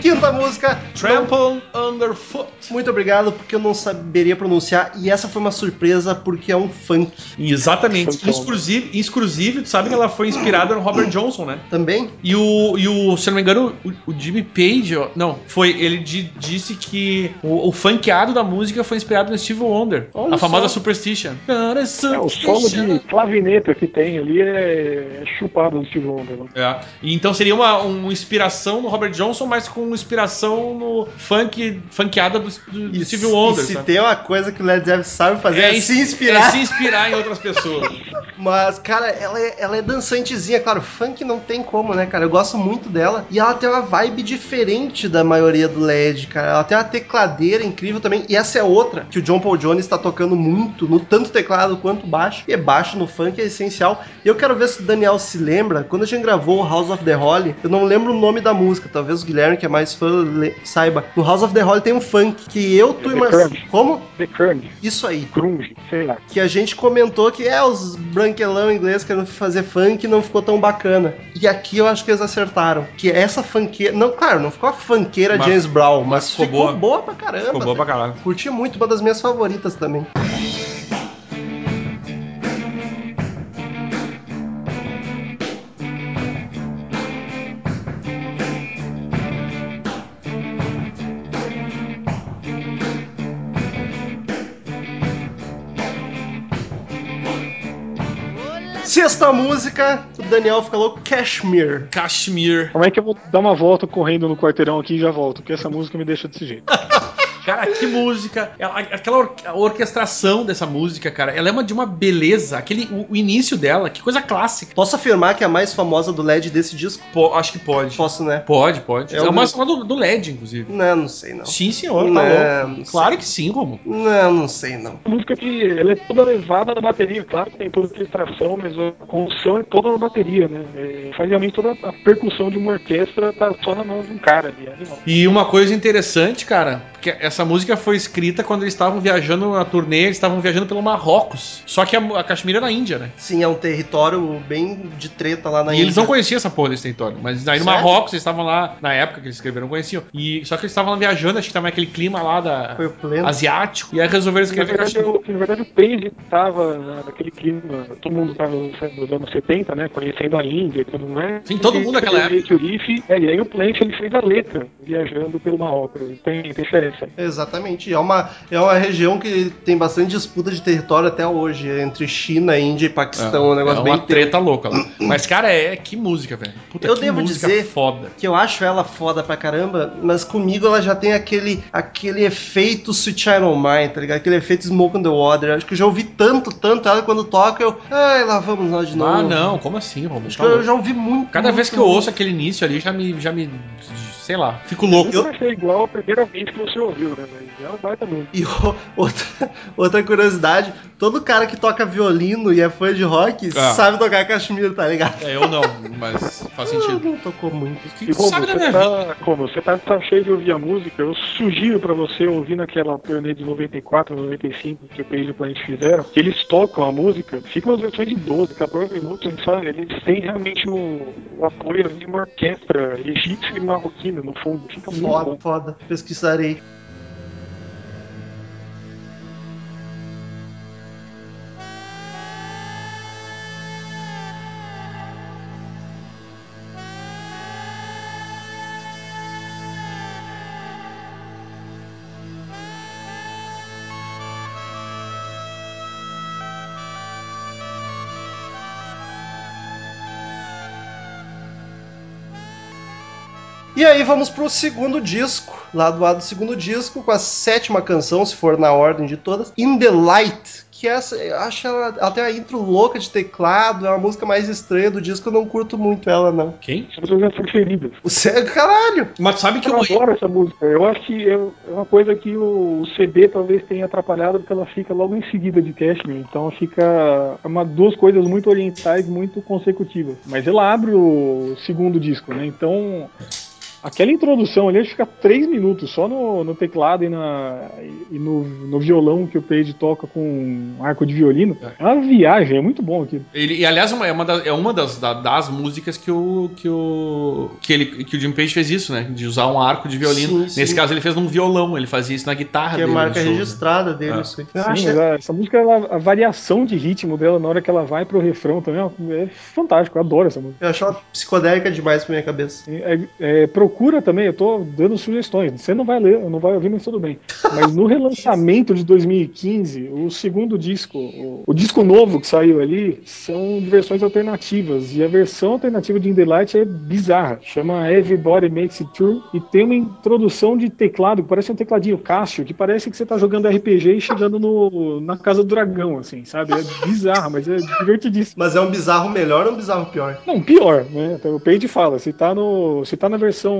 Quinta música, Trample Underfoot. Muito obrigado, porque eu não saberia pronunciar. E essa foi uma surpresa, porque é um funk Exatamente. Então. Exclusive, exclusive, tu sabe que ela foi inspirada no Robert Johnson, né? também. E o, e o se eu não me engano, o, o Jimmy Page, ó, não, foi, ele di- disse que o, o funkeado da música foi inspirado no Steve Wonder, Olha a famosa só. Superstition. É, o solo de clavineta que tem ali é é chupado do Steve Wonder. né? É. E Então seria uma, uma inspiração no Robert Johnson, mas com inspiração no, como funk, funkeada do, do, do E Civil Wonder. se sabe? tem uma coisa que o Led Zeppelin sabe fazer é, se [laughs] inspirar. é se inspirar em outras pessoas. Mas, cara, ela é, ela é dançantezinha, claro, funk não tem como, né, cara? Eu gosto muito dela. E ela tem uma vibe diferente da maioria do LED, cara. Ela tem uma tecladeira incrível também. E essa é outra que o John Paul Jones tá tocando muito, no tanto teclado quanto baixo. E baixo no funk é essencial. E eu quero ver se o Daniel se lembra. Quando a gente gravou o House of the Holly, eu não lembro o nome da música. Talvez o Guilherme, que é mais fã, le- saiba. No House of the Holly tem um funk que eu, tu e The Marcelo. Cramps. Como? The Crunch, Isso aí Grunge, sei lá. que a gente comentou que é os branquelão inglês querendo fazer funk não ficou tão bacana. E aqui eu acho que eles acertaram. Que essa funkeira. Não, claro, não ficou a funkeira Mas- James Brown, mas, mas ficou, ficou boa. boa. pra caramba. né? Ficou boa pra caralho. Curti muito, uma das minhas favoritas também. Sexta música, o Daniel fica louco, Cashmere. Kashmir. Como é que eu vou dar uma volta correndo no quarteirão aqui e já volto? Porque essa música me deixa desse jeito. Cara, que música! Ela- Aquela or- a orquestração dessa música, cara, ela é uma de uma beleza. Aquele, o, o início dela, que coisa clássica. Posso afirmar que é a mais famosa do LED desse disco? Po- acho que pode. Posso, né? Pode, pode. É É, o- uma só do, do LED, inclusive. Não, não sei não. Sim, senhor, tá Não, não louco. Claro que sim, Romulo. Não, não sei não. Uma música que ela é toda levada na bateria, claro que tem toda a orquestração, mas a construção é toda na bateria, né? É, faz realmente toda a percussão de uma orquestra tá só na mão de um cara ali, é animal. E uma coisa interessante, cara, porque essa música foi escrita quando eles estavam viajando na turnê, eles estavam viajando pelo Marrocos. Só que a, a Caxemira é na Índia, né? Sim, é um território bem de treta lá na e Índia. eles não conheciam essa porra desse território. Mas aí no Certo. Marrocos, eles estavam lá, na época que eles escreveram, conheciam. E, só que eles estavam lá viajando, acho que tava naquele clima lá da, Foi o pleno. asiático. E aí resolveram Na escrever verdade, Kashmir. o, na verdade, o Page estava naquele clima, todo mundo estava nos anos 70, né? Conhecendo a Índia e tudo mais. Sim, todo mundo naquela época. época. É, e aí o Plant ele fez a letra, viajando pelo Marrocos. Tem tem diferença. aí. Exatamente. É uma, é uma região que tem bastante disputa de território até hoje, é entre China, Índia e Paquistão. um negócio é bem uma treta louca lá. Mas, cara, é que música, velho. Puta, Eu que devo música dizer- foda. que eu acho ela foda pra caramba, mas comigo ela já tem aquele, aquele efeito Sweet Child O' Mine, tá ligado? Aquele efeito Smoke on the Water. Acho que eu já ouvi tanto, tanto ela quando toca, eu. Ai, lá vamos nós de novo. Ah, não, como assim, Romulo? Acho Tá que eu louco. já ouvi muito. Cada muito, vez que eu muito. ouço aquele início ali, já me. Já me sei lá, fico louco. Nunca vai ser igual a primeira vez que você ouviu, né? Mas é um baita música. E o- outra, outra curiosidade, todo cara que toca violino e é fã de rock Ah. sabe tocar cachemira, tá ligado? É, eu não, mas faz sentido. Não tocou muito. O que né? E que como sabe da você, minha vida? tá, como você tá, tá cheio de ouvir a música, eu sugiro pra você ouvir naquela turnê de 94, 95 que o Page e o Planet fizeram, que eles tocam a música, ficam as versões de 12, 14 minutos, sabe? Eles têm realmente o, o apoio de uma orquestra egípcia e marroquina no fundo. Fica muito Foda, bom. foda. Pesquisarei. E aí vamos pro segundo disco, lá do lado do segundo disco, com a sétima canção, se for na ordem de todas, In The Light, que é essa, eu acho ela até a intro louca de teclado, é uma música mais estranha do disco, eu não curto muito ela, não. Quem? São as minhas preferidas. O sério, caralho! Mas sabe que Eu eu. adoro essa música. Eu acho que é é uma coisa que o o CD talvez tenha atrapalhado, porque ela fica logo em seguida de Cashmere. Então fica é uma, duas coisas muito orientais, muito consecutivas. Mas ela abre o segundo disco, né? Então aquela introdução ali acho que fica três minutos só no, no teclado e, na, e no, no violão que o Page toca com um arco de violino. É uma viagem, é muito bom aquilo. Ele, e aliás, uma- é uma, das, é uma das, da- das músicas que o. que o. que, ele, que o Jim Page fez isso, né? De usar um arco de violino. Sim, sim. Nesse caso, ele fez num violão, ele fazia isso na guitarra Que é dele. no marca show, né? registrada dele, Ah. isso aí. Eu Sim, acho- mas a- essa música, ela- a variação de ritmo dela na hora que ela vai pro refrão também é fantástico. Eu adoro essa música. Eu acho ela psicodélica demais pra minha cabeça. É, é, pro procura também, eu tô dando sugestões. Você não vai ler, não vai ouvir, mas tudo bem. Mas no relançamento de 2015, o segundo disco, o, o disco novo que saiu ali, são de versões alternativas. E a versão alternativa de In The Light é bizarra. Chama Everybody Makes It True. E tem uma introdução de teclado, que parece um tecladinho Cássio, que parece que você tá jogando RPG e chegando no, na casa do dragão, assim, sabe? É bizarra, mas é divertidíssimo. Mas é um bizarro melhor ou um bizarro pior? Não, pior, né? Até O Page fala, se tá, no, se tá na versão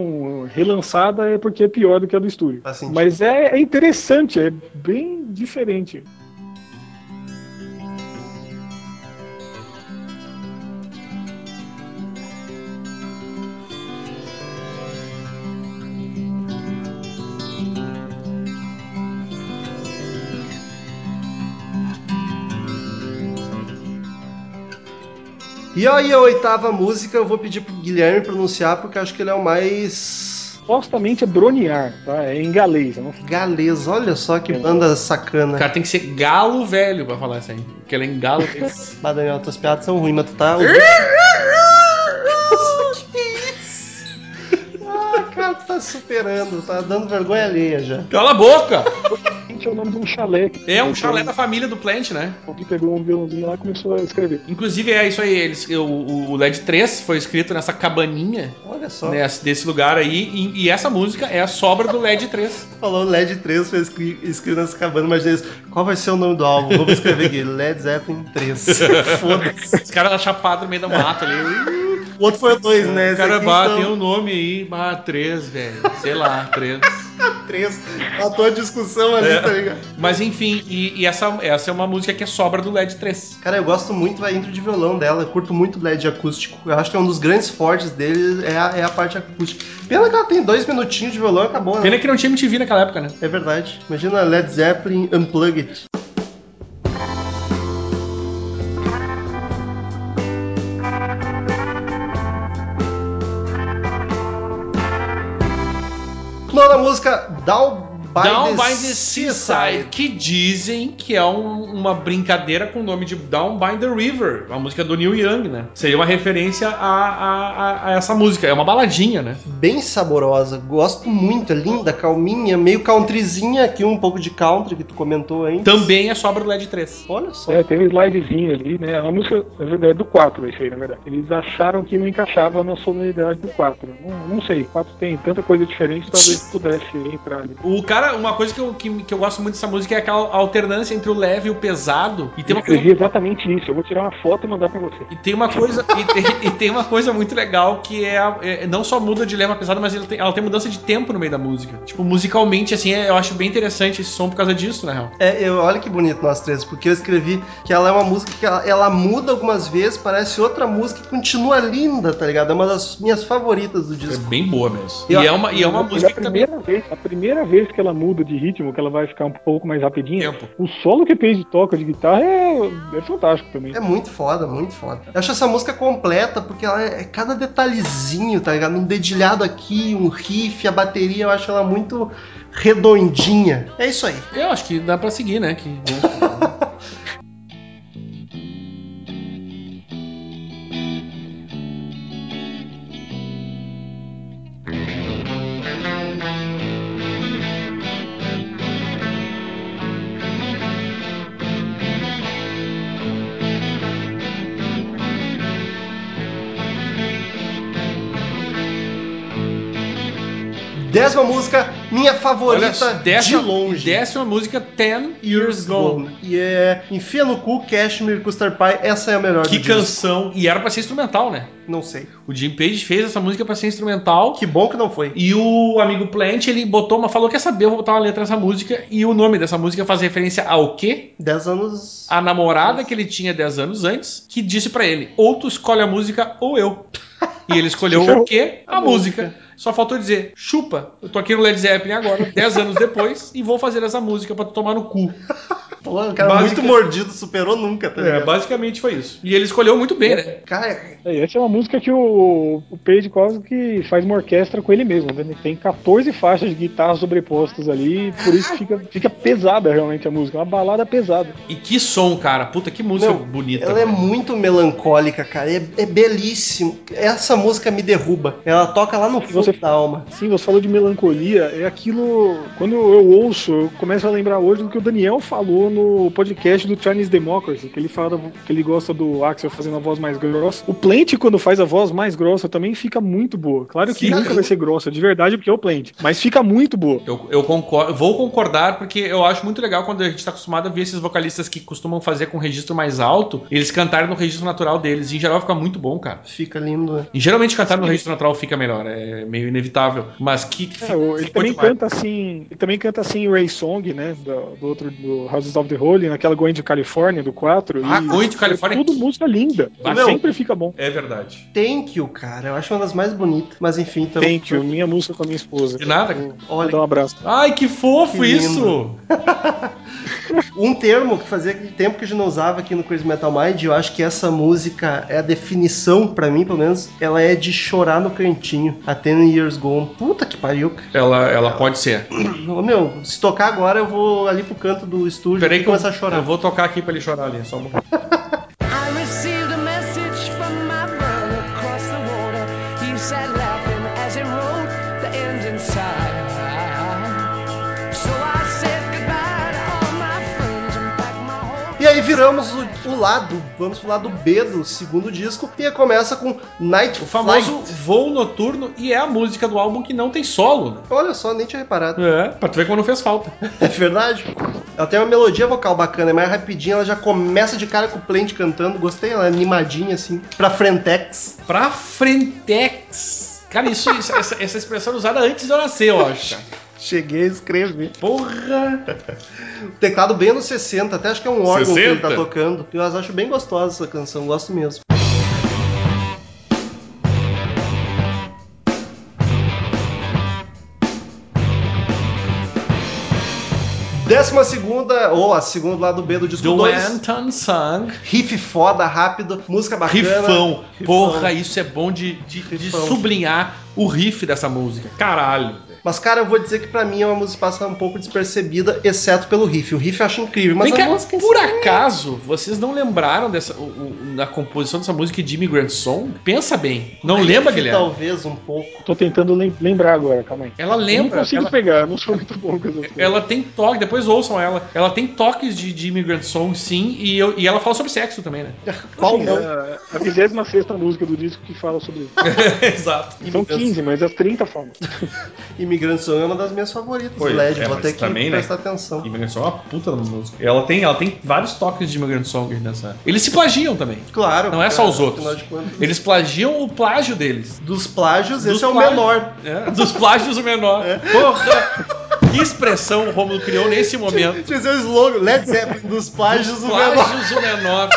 relançada é porque é pior do que a do estúdio. Faz sentido. Mas é, é interessante, é bem diferente. E aí a oitava música eu vou pedir pro Guilherme pronunciar, porque eu acho que ele é o mais Supostamente é bronear, tá? É em galês. eu não- galês. Olha só que banda O sacana. cara tem que ser galo velho pra falar isso aí. Porque ele é em galo. tem que- Bah, Daniel, tuas piadas são ruins, mas tu tá. Nossa, que isso? Ah, cara, tu tá superando, tá dando vergonha alheia já. [laughs] Cala a boca! Gente, É o nome de um chalé. que- É um chalé da família do Plant, né? Alguém pegou um violãozinho lá e começou a escrever. Inclusive é isso aí, eles, o, o- o LED 3 foi escrito nessa cabaninha Olha só, nessa- desse lugar aí, e, e essa música é a sobra do LED 3. falou LED 3, foi escri- escrito nessa cabana, mas eles, qual vai ser o nome do álbum? Vamos escrever aqui, Led Zeppelin [laughs] 3. Foda-se. Os caras chapados no meio da mata ali. O outro foi o 2, né? O cara Esse aqui, bah, então, tem um nome aí, ah, 3, velho. Sei lá, 3. três. Matou a discussão ali, É. tá ligado? Mas enfim, e, e essa, essa é uma música que é sobra do LED 3. Cara, eu gosto muito da intro de violão dela, eu curto muito LED acústico. Eu acho que é um dos grandes fortes dele é a, é a parte acústica. Pena que ela tem dois minutinhos de violão e acabou, né? Pena que não tinha MTV naquela época, né? É verdade. Imagina Led Zeppelin Unplugged. Nona música Down by, Down the, by the Seaside, que dizem que é um- uma brincadeira com o nome de Down by the River, a música do Neil Young, né? Seria uma referência a, a- a- a essa música, é uma baladinha, né? Bem saborosa, gosto muito, é linda, calminha, meio countryzinha aqui, um pouco de country que tu comentou antes. Também é sobra do LED 3. Olha só. É, tem um slidezinho ali, né? A música, na verdade, é do 4 esse aí, na verdade. Eles acharam que não encaixava na sonoridade do 4. Não, não sei, o 4 tem tanta coisa diferente, talvez pudesse entrar ali. O cara, uma coisa que eu, que, que eu gosto muito dessa música é aquela alternância entre o leve e o pesado. E tem Eu uma coisa escrevi exatamente isso. Eu vou tirar uma foto e mandar pra você. E tem uma coisa, e tem, e tem uma coisa muito legal que é, a- é- não só muda de lema pesado, mas ela tem, ela tem mudança de tempo no meio da música. Tipo, musicalmente, assim, é- eu acho bem interessante esse som por causa disso, na real. É, eu, olha que bonito nós três, porque eu escrevi que ela é uma música que ela, ela muda algumas vezes, parece outra música e continua linda, tá ligado? É uma das minhas favoritas do É disco. bem boa mesmo. E, E a- é uma, e é uma Mas música a que também primeira vez, a primeira vez que ela muda de ritmo, que ela vai ficar um pouco mais tem rapidinha, tempo. o solo que a Paige toca de guitarra é, é fantástico também. É muito foda, muito foda. Eu acho essa música completa porque ela é é cada detalhezinho, tá ligado? Um dedilhado aqui, um riff, a bateria, eu acho ela muito redondinha. É isso aí. Eu acho que dá pra seguir, né? Que... Décima música, minha [laughs] Olha, tá favorita de décima, longe. décima música, Ten Years Gone. E é Enfia no Cu, Cashmere, Custard Pie, essa é a melhor Que do disco. canção. E era pra ser instrumental, né? Não sei. O Jim Page fez essa música pra ser instrumental. Que bom que não foi. E o amigo Plant, ele botou uma, falou, quer saber, eu vou botar uma letra nessa música. E o nome dessa música faz referência ao quê? 10 Ah, anos. A namorada que ele tinha 10 anos antes, que disse pra ele, ou tu escolhe a música ou eu. E ele escolheu [laughs] o quê? A, A música. Só faltou dizer, chupa, eu tô aqui no Led Zeppelin agora, 10 anos depois, e vou fazer essa música pra tu tomar no cu. Pô, o cara Básica- muito mordido, superou nunca, É, tá ligado? É, basicamente foi isso. E ele escolheu muito bem, né? Cara, É, essa é uma música que o, o Page quase que faz uma orquestra com ele mesmo. Né? Ele Tem 14 faixas de guitarra sobrepostas ali, por isso que fica, fica pesada realmente a música. É uma balada pesada. E que som, cara. Puta, que música Não, bonita. Então, ela é muito melancólica, cara. É, é belíssimo. Essa música me derruba. Ela toca lá no Se fundo. você- da alma. Sim, você falou de melancolia, é aquilo. Quando eu ouço, eu começo a lembrar hoje do que o Daniel falou no podcast do Chinese Democracy, que ele fala que ele gosta do Axel fazendo a voz mais grossa. O Plant, quando faz a voz mais grossa, também fica muito boa. Claro que Sim, nunca eu- vai ser grossa, de verdade, porque é o Plant, mas fica muito boa. Eu, eu concordo, vou concordar porque eu acho muito legal quando a gente tá acostumado a ver esses vocalistas que costumam fazer com registro mais alto, eles cantarem no registro natural deles. Em geral fica muito bom, cara. Fica lindo, né? E geralmente cantar no registro natural fica melhor, é meio inevitável. Mas que. que É, o- ele ficou também demais. canta assim, ele também canta assim Ray Song, né, do, do outro do Houses of the Holy, naquela Going to California do 4. Ah, e- Going to California. É tudo música linda. Ah, meu. sempre fica bom. É verdade. Thank you, cara. Eu acho uma das mais bonitas. Mas enfim, então. Thank you, minha música com a minha esposa. De nada. Olha, Dá um abraço. Ai, que fofo Que isso! lindo. Um termo que fazia tempo que a gente não usava aqui no Crazy Metal Mind, eu acho que essa música é a definição, pra mim, pelo menos, ela é de chorar no cantinho. A Ten Years Gone. Puta que pariu, cara. Ela, ela pode ser. Ô, Meu, se tocar agora, eu vou ali pro canto do estúdio Peraí e que eu, começar a chorar. eu vou tocar aqui pra ele chorar ali. Só um... I received a message from my brother across the water. He sat laughing as he wrote the end inside. So I said goodbye to all my friends and packed my whole E aí viramos o, o lado, vamos pro lado B do segundo disco, e começa com Night O famoso Flight. voo noturno e é a música do álbum que não tem solo, né? Olha só, nem tinha reparado. É, pra tu ver como não fez falta. É verdade. Ela tem uma melodia vocal bacana, é mais rapidinha, ela já começa de cara com o Plant cantando. Gostei, ela é animadinha assim, pra Frentex. Pra Frentex. Cara, isso, isso- essa, essa expressão era usada antes de eu nascer, eu acho. cara. Cheguei a escrever. Porra! Teclado bem nos 60, até acho que é um órgão que ele 60? tá tocando. Eu acho bem gostosa essa canção, gosto mesmo. Décima segunda, ou a segunda lá do B do disco Do 2. Anton Sung. Riff foda, rápido, música bacana. Rifão. Rifão. Porra, isso é bom de, de, de Rifão. sublinhar o riff dessa música. Caralho. Mas, cara, eu vou dizer que pra mim é uma música que passa um pouco despercebida, exceto pelo riff. O riff eu acho incrível, mas Vem a cá, música é em si- por acaso, vocês não lembraram dessa, o- o- da composição dessa música de Immigrant Song? Pensa bem. Não lembra, Guilherme? Talvez um pouco. Tô tentando lem- lembrar agora, calma aí. Ela Eu não lembra. consigo ela- pegar, eu não sou muito bom com essas coisas. Ela tem toque, depois ouçam ela. Ela tem toques de, de Immigrant Song, sim, e, eu- e ela fala sobre sexo [laughs] também, né? Qual Assim, não? a- A 26 música do disco que fala sobre isso. Exato. São Imigrante- 15, mas as 30 falam. Imigrante Song é uma das minhas favoritas Pois, do LED, é, vou mas ter que também, né? prestar atenção. Immigrant Song é uma puta da música. Ela tem, ela tem vários toques de Immigrant Song nessa. Eles se plagiam também. Claro. Não é só cara, os outros. afinal de contas, Eles plagiam o plágio deles. Dos plágios, Dos esse é o plágios. menor. É, [laughs] dos plágios o menor. É. Porra! Que expressão o Romulo criou nesse [laughs] momento. Tinha que ser é o slogan, Led Zeppelin, dos plágios, o menor. Plágios o menor.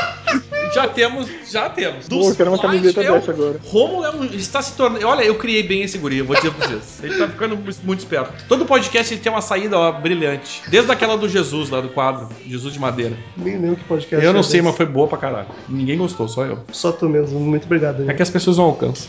Já temos, já temos. Pô, eu quero uma plágios camiseta é o- dessa agora. Romulo é um- está se tornando. Olha, eu criei bem esse guri, eu vou dizer pra vocês. Ele tá ficando mu- muito esperto. Todo podcast ele tem uma saída ó, brilhante. Desde aquela do Jesus lá do quadro, Jesus de Madeira. Nem lembro que podcast. Eu é não sei, mas desse. foi boa pra caralho. Ninguém gostou, só eu. Só tu mesmo, muito obrigado. É Daniel. que as pessoas não alcançam.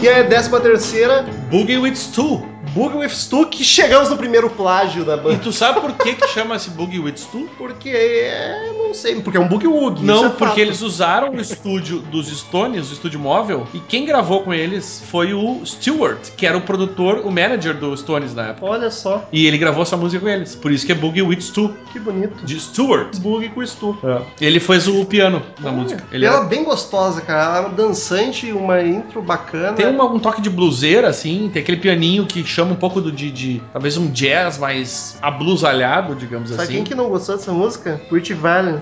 E aí, décima terceira, Boogie with Stu. Bug with Stu, que chegamos no primeiro plágio da E banda. tu sabe por que, que chama-se Boogie with Stu? Porque é. Não sei, porque é um Bug Wug. Não, isso é fato. porque eles usaram o estúdio dos Stones, o estúdio móvel, e quem gravou com eles foi o Stewart, que era o produtor, o manager dos Stones na época. Olha só, E ele gravou essa música com eles. Por isso que é Boogie with Stu, que bonito. de Stewart. Bug com Stu. Ele fez o piano na música. Ele ela era- é bem gostosa, cara. Ela é dançante, uma intro bacana. Tem uma- um toque de bluseira, assim, tem aquele pianinho que chama um pouco do, de, de- talvez um jazz mais ablusalhado, digamos Sabe assim. quem que não gostou dessa música? Rich Valens.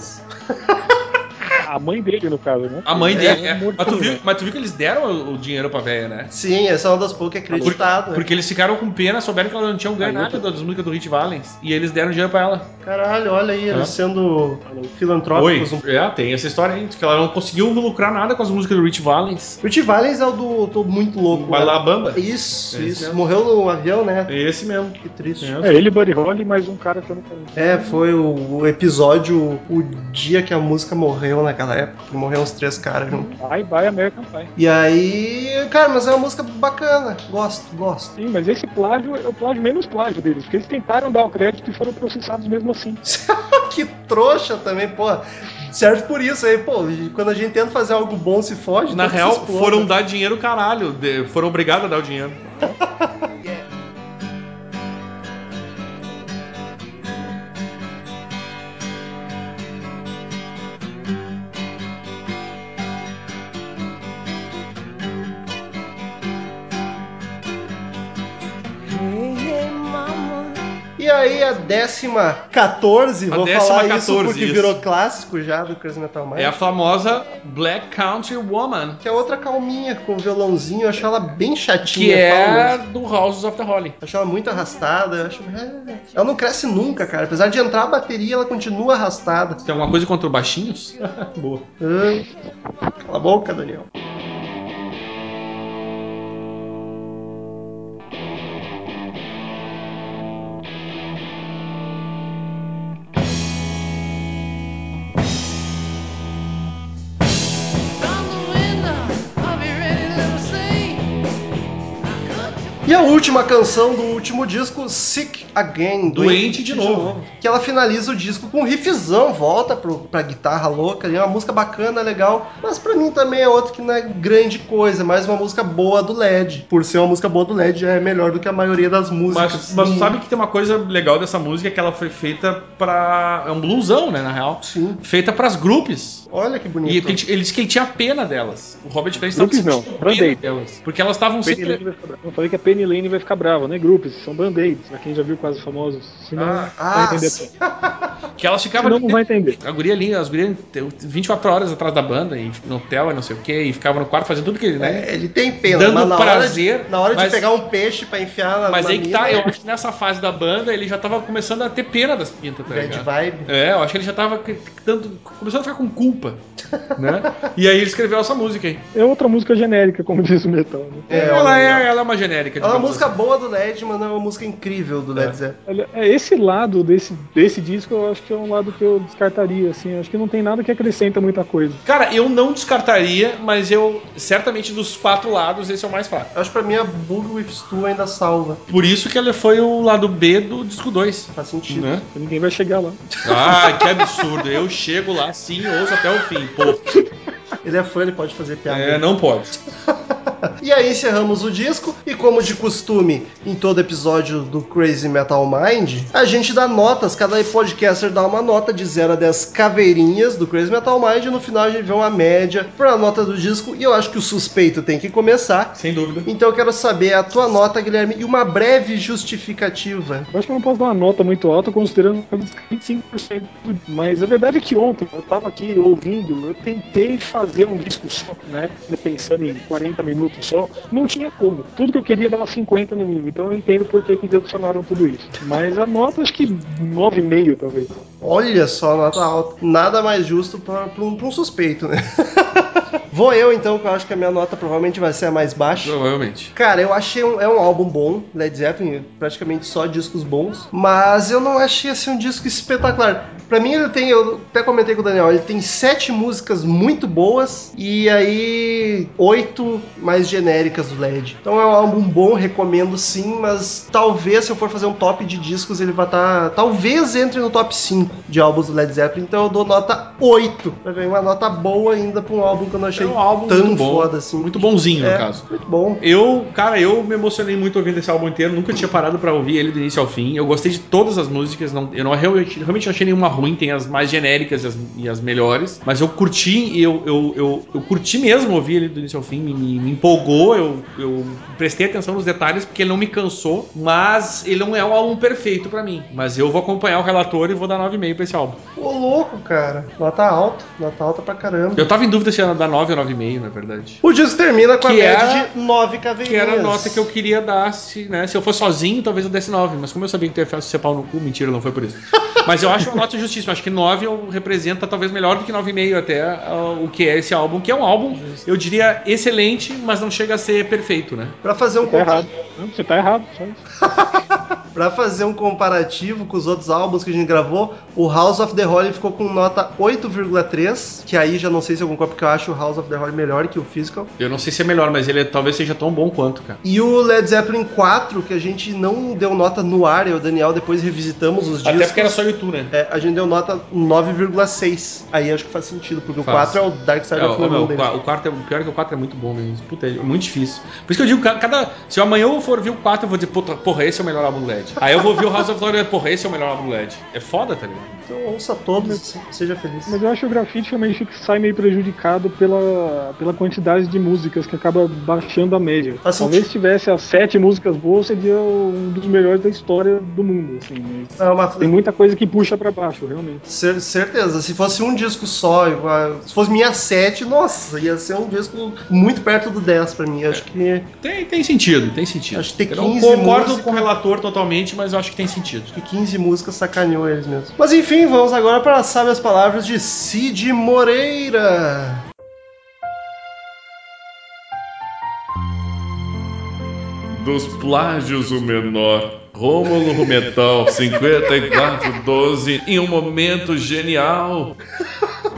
Ah, A mãe dele, no caso, né? A mãe É, dele. é. um monte mas, tu de viu, coisa. mas tu viu que eles deram o, o dinheiro pra velha, né? Sim, essa é uma das poucas que é acreditado. né? Porque eles ficaram com pena, souberam que ela não tinha ganho Aí eu nada tô- das músicas do Hit Valens. E eles deram dinheiro pra ela. Caralho, olha aí, Hã? eles sendo filantrópicos. Um... É, tem essa história aí, que ela não conseguiu lucrar nada com as músicas do Rich Valens. Rich Valens é o do Tô Muito Louco. né? Balabamba. Isso, É esse isso. mesmo. Morreu no avião, né? É esse mesmo. Que triste. É. É, ele, Buddy Holly, mais um cara que eu não quero. É, foi o, o episódio, o dia que a música morreu naquela época, que morreram uns três caras junto. Bye, bye, American Pie. E aí, cara, mas é uma música bacana, gosto, gosto. [laughs] Sim, mas esse plágio é o plágio menos plágio deles, porque eles tentaram dar o crédito e foram processados mesmo assim. que trouxa também, pô. Serve por isso aí, pô. Quando a gente tenta fazer algo bom, se foge. Na tudo se real, explode. tá foram dar dinheiro, caralho. de- foram obrigados a dar o dinheiro. Hey, hey, mama. E aí, a décima 14, A vou décima falar isso 14, porque isso. virou clássico já do Crazy Metal Mind. É a famosa Black Country Woman. Que é outra calminha com o violãozinho, eu acho ela bem chatinha. Que é palmas. do Houses of the Holly. Acho ela muito arrastada. eu Acho... é, Ela não cresce nunca, cara. Apesar de entrar a bateria, ela continua arrastada. Tem alguma coisa contra o baixinhos? Boa. Ah, Cala a boca, Daniel. From the window of your ready little scene, I could E a última canção do último disco, Sick Again. Doente de novo. Que ela finaliza o disco com um riffzão, volta pro, pra guitarra louca. ali, É uma música bacana, legal. Mas pra mim também é outra que não é grande coisa. É mais uma música boa do LED. Por ser uma música boa do LED, já é melhor do que a maioria das músicas. Mas, mas do mundo. sabe que tem uma coisa legal dessa música é que ela foi feita pra. É um blusão, né, na real. Sim. Feita pras grupos. Olha que bonito. E ele, ele disse que ele tinha pena delas. O Robert Plant estava Grupos não, sentindo pena Band-Aid. delas. Porque elas estavam Penny sempre. Lane vai ficar brava. Eu falei que a Penny Lane vai ficar brava, né? Grupos, são band-aids, pra quem já viu quase famosos. Se não, Ah, ah, vai entender. sim. Se Que elas ficavam. não, não vai entender. A guria ali, as gurias 24 horas atrás da banda, e tipo, no hotel e não sei o que, e ficava no quarto fazendo tudo que ele, né? É, ele tem pena, Dando mas na hora prazer, de, na hora de mas- pegar um peixe pra enfiar É, na Mas na aí que tá, mina, eu acho que nessa fase da banda ele já tava começando a ter pena das pintas, tá Bad ligado? vibe. É, eu acho que ele já tava que- dando- começando a ficar com culpa, né? E aí ele escreveu essa música aí. É outra música genérica, como [laughs] diz o metal, né? É, ela, olha, é, ela é uma genérica. Ela é uma digamos música assim. boa do LED, mas não é uma música incrível do É. Led Zeppelin. Olha, é, Esse lado desse, desse disco eu acho que é um lado que eu descartaria, assim. Eu acho que não tem nada que acrescenta muita coisa. Cara, eu não descartaria, mas eu certamente dos quatro lados esse é o mais fraco. Eu acho que pra mim a Bug With Stu ainda salva. Por isso que ele foi o lado B do disco 2. Faz sentido. Né? Ninguém vai chegar lá. Ah, que absurdo. Eu chego lá sim e ouço até o fim. Pô, Ele é fã, ele pode fazer piada. é, não pode. E aí encerramos o disco e como de costume em todo episódio do Crazy Metal Mind, a gente dá notas, cada podcaster dá uma nota de 0 a 10 caveirinhas do Crazy Metal Mind e no final a gente vê uma média pra nota do disco e eu acho que o suspeito tem que começar. Sem dúvida. Então eu quero saber a tua nota, Guilherme, e uma breve justificativa. Eu acho que eu não posso dar uma nota muito alta, considerando que eu fiz 25%. Mas a verdade é que ontem eu tava aqui ouvindo, eu tentei fazer um disco só, né? Pensando em 40 minutos só, não tinha como. Tudo que eu queria dava 50 no mínimo. Então eu entendo por que que eles adicionaram tudo isso. Mas a nota acho que 9,5 talvez. Olha só, nota alta. Nada mais justo pra pra um, pra um suspeito, né? [laughs] Vou eu então, que eu acho que a minha nota provavelmente vai ser a mais baixa. Provavelmente. Cara, eu achei um, é um álbum bom, Led Zeppelin, praticamente só discos bons, mas eu não achei assim um disco espetacular. Pra mim ele tem, eu até comentei com o Daniel, ele tem sete músicas muito boas e aí oito mais genéricas do Led. Então é um álbum bom, recomendo sim, mas talvez se eu for fazer um top de discos ele vai estar, talvez entre no top 5 de álbuns do Led Zeppelin. Então eu dou nota 8. Pra mim uma nota boa ainda pra um álbum que eu não achei achei é um álbum tão muito bom, foda assim. Muito bonzinho, É, no caso. Muito bom. Eu, cara, eu me emocionei muito ouvindo esse álbum inteiro, nunca tinha parado pra ouvir ele do início ao fim. Eu gostei de todas as músicas, não, eu não realmente, realmente não achei nenhuma ruim, tem as mais genéricas e as, e as melhores. Mas eu curti, e eu, eu, eu, eu curti mesmo ouvir ele do início ao fim, me, me- me empolgou, eu, eu prestei atenção nos detalhes porque ele não me cansou, mas ele não é um álbum perfeito pra mim. Mas eu vou acompanhar o relator e vou dar 9,5 pra esse álbum. Ô, louco, cara. Nota alta. Nota alta pra caramba. Eu tava em dúvida se era dar 9 ou 9,5, na verdade. O disco termina com a Que média era- de 9 caveirinhas. Que era a nota que eu queria dar, se, né? Se eu fosse sozinho, talvez eu desse 9. Mas como eu sabia que tu ia ficar ser pau no cu, mentira, não foi por [laughs] isso. Mas eu acho uma nota justíssima. Acho que 9 eu- representa talvez melhor do que 9,5 até ah, o que é esse álbum, que é um álbum, eu diria, excelente, mas não chega a ser perfeito, né? Pra fazer um Tá compa- errado. Não, você tá errado, só isso. Pra fazer um comparativo com os outros álbuns que a gente gravou, o House of the Holy ficou com nota 8,3, que aí já não sei se eu concordo, porque eu acho o House of the Holy melhor que o Physical. Eu não sei se é melhor, mas ele é- talvez seja tão bom quanto, cara. E o Led Zeppelin 4, que a gente não deu nota no ar, eu e o Daniel depois revisitamos os discos. Até porque era só YouTube, né? É, a gente deu nota 9,6. Aí acho que faz sentido, porque Faz. o 4 é o Dark Side É, of o, the meu, Moon. o deles. qua- o quarto é o pior é que o 4 é muito bom mesmo. Puta, é muito difícil. Por isso que eu digo, ca- cada. Se amanhã eu for ver o 4, eu vou dizer, puta, porra, esse é o melhor álbum do LED. Aí eu vou ver o House of Glory e porra, esse é o melhor álbum do LED. É foda, tá ligado? Então ouça todos, seja feliz. Mas eu acho que o grafite também fica- sai meio prejudicado pela, pela quantidade de músicas que acaba baixando a média. Faz Talvez se tivesse as sete músicas boas, seria um dos melhores da história do mundo. Assim, mas É uma- tem muita coisa que puxa pra baixo, realmente. Cer- certeza, se fosse um disco só, igual- se fosse minha 7, nossa, ia ser um disco muito perto do 10 pra mim. Acho que Tem, tem sentido, tem sentido. Acho que tem É. Eu não 15 concordo músicas. com o relator totalmente, mas eu acho que tem sentido. que 15 músicas sacaneou eles mesmo. Mas enfim, vamos agora para as sábias palavras de Cid Moreira. Dos plágios o menor. Rômulo [laughs] Rumetal, 5412, em um momento genial.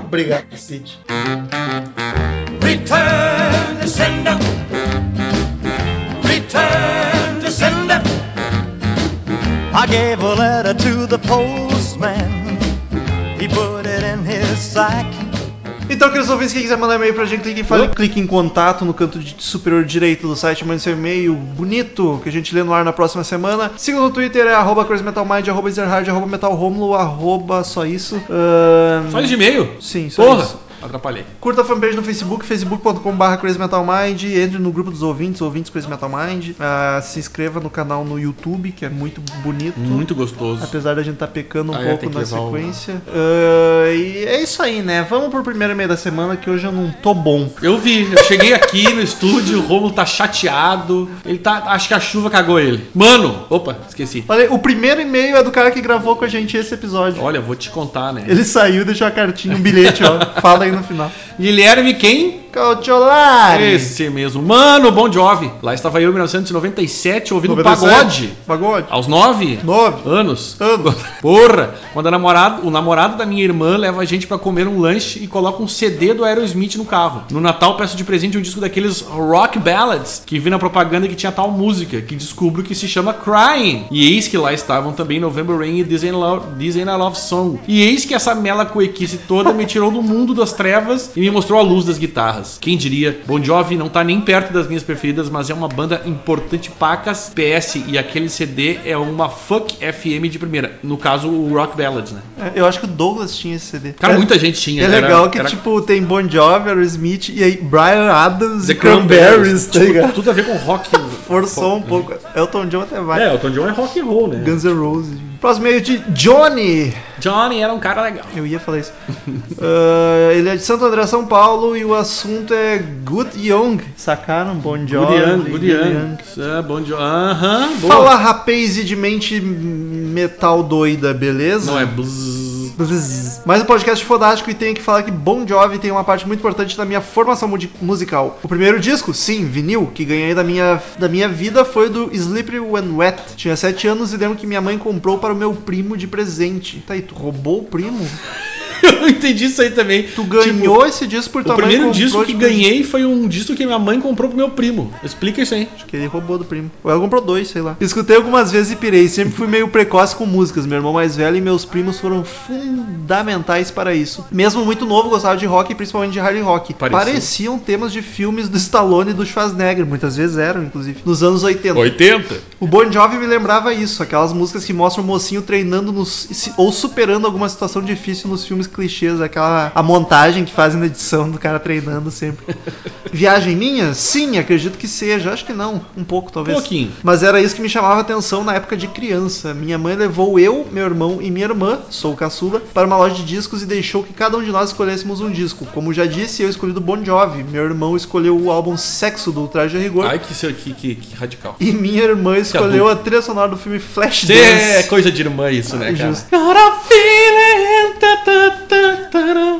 Obrigado, Cid. Return to sender. Return to sender. I gave a letter to the postman. He put it in his sack. Então, queridos ouvintes, quem quiser mandar e-mail pra gente, clique em, fala, clique em contato no canto de- superior direito do site, mande seu e-mail bonito, que a gente lê no ar na próxima semana. Siga no Twitter, é arroba crazymetalmind, arroba zerhard, arroba metalromulo, arroba só isso. Ahn, Só de e-mail? Sim, só Porra! isso. Atrapalhei. Curta a fanpage no Facebook, facebook.com.br crazymetalmind, entre no grupo dos ouvintes, ouvintes Crazy Metal Mind, ah, se inscreva no canal no YouTube, que é muito bonito. Muito gostoso. Apesar da gente tá pecando um Ah, é, pouco tem que na levar o- sequência. Ah, e é isso aí, né? Vamos pro primeiro e-mail da semana, que hoje eu não tô bom. Eu vi, eu cheguei aqui no estúdio, o Romulo tá chateado. Ele tá. Acho que a chuva cagou ele. Mano! Opa, esqueci. Olha, o primeiro e-mail é do cara que gravou com a gente esse episódio. Olha, vou te contar, né? Ele saiu, deixou a cartinha, um bilhete, [laughs] ó. Fala aí no final. Guilherme, quem? Cautiolari! Esse mesmo. Mano, Bon Jovi. Lá estava eu em 1997 ouvindo 97. pagode. Pagode. Aos nove Nove. anos. Anos. Porra! Quando a namorada, o namorado da minha irmã leva a gente pra comer um lanche e coloca um CD do Aerosmith no carro. No Natal peço de presente um disco daqueles rock ballads que vi na propaganda que tinha tal música, que descubro que se chama Crying. E eis que lá estavam também November Rain e This Ain't Lo- This Ain't a Love Song. E eis que essa mela cuequice toda me tirou do mundo das trevas e me mostrou a luz das guitarras. Quem diria? Bon Jovi não tá nem perto das minhas preferidas, mas é uma banda importante pacas. PS, e aquele CD é uma fuck FM de primeira. No caso, o Rock Ballads, né? É, Eu acho que o Douglas tinha esse CD. Cara, É. muita gente tinha. É era- legal que, era tipo, tem Bon Jovi, Aerosmith e aí Brian Adams The e Cranberries, Cranberries, tipo, tá ligado? Tudo a ver com rock. [laughs] Forçou um pouco. Elton John até vai. É, o Tom John é rock and roll, né? Guns N' Roses. Próximo meio de Johnny. Johnny era um cara legal. Eu ia falar [laughs] isso. Ah, ele é de Santo André, São Paulo e o assunto é Good Young. Sacaram? Bon Jovi. Good Young, Good Good Young. Ah, Bon Jovi. Aham, boa. Fala, rapaz e de mente metal doida, beleza? Não é bzz. Bzzz. Mas o podcast é fodástico e tenho que falar que Bon Jovi tem uma parte muito importante da minha formação mudi- musical. O primeiro disco, sim, vinil, que ganhei da minha, da minha vida foi do Slippery When Wet. Tinha 7 anos e lembro que minha mãe comprou para o meu primo de presente. Tá aí, tu roubou o primo? [laughs] eu não entendi isso aí também. Tu ganhou esse disco por Tipo, o tua primeiro mãe comprou, disco que tipo, ganhei foi um disco que minha mãe comprou pro meu primo. Explica isso aí. Acho que ele roubou do primo. Ou ela comprou dois, sei lá. Escutei algumas vezes e pirei. Sempre fui meio precoce com músicas. Meu irmão mais velho e meus primos foram fundamentais para isso. Mesmo muito novo, gostava de rock e principalmente de hard rock. Parecia. Pareciam temas de filmes do Stallone e do Schwarzenegger. Muitas vezes eram, inclusive. Nos anos 80. 80? O Bon Jovi me lembrava isso. Aquelas músicas que mostram o mocinho treinando nos, ou superando alguma situação difícil nos filmes clichês. Aquela a montagem que fazem na edição do cara treinando sempre. Viagem minha? Sim, acredito que seja. Acho que não. Um pouco, Um talvez. pouquinho. Mas era isso que me chamava a atenção na época de criança. Minha mãe levou eu, meu irmão e minha irmã, sou o caçula, para uma loja de discos e deixou que cada um de nós escolhêssemos um disco. Como já disse, eu escolhi do Bon Jovi. Meu irmão escolheu o álbum Sexo do Traje a Rigor. Ai, que, seu- que, que, que radical. E minha irmã escolheu Que a trilha sonora do filme Flashdance. Cê é coisa de irmã isso, né, cara? Justo.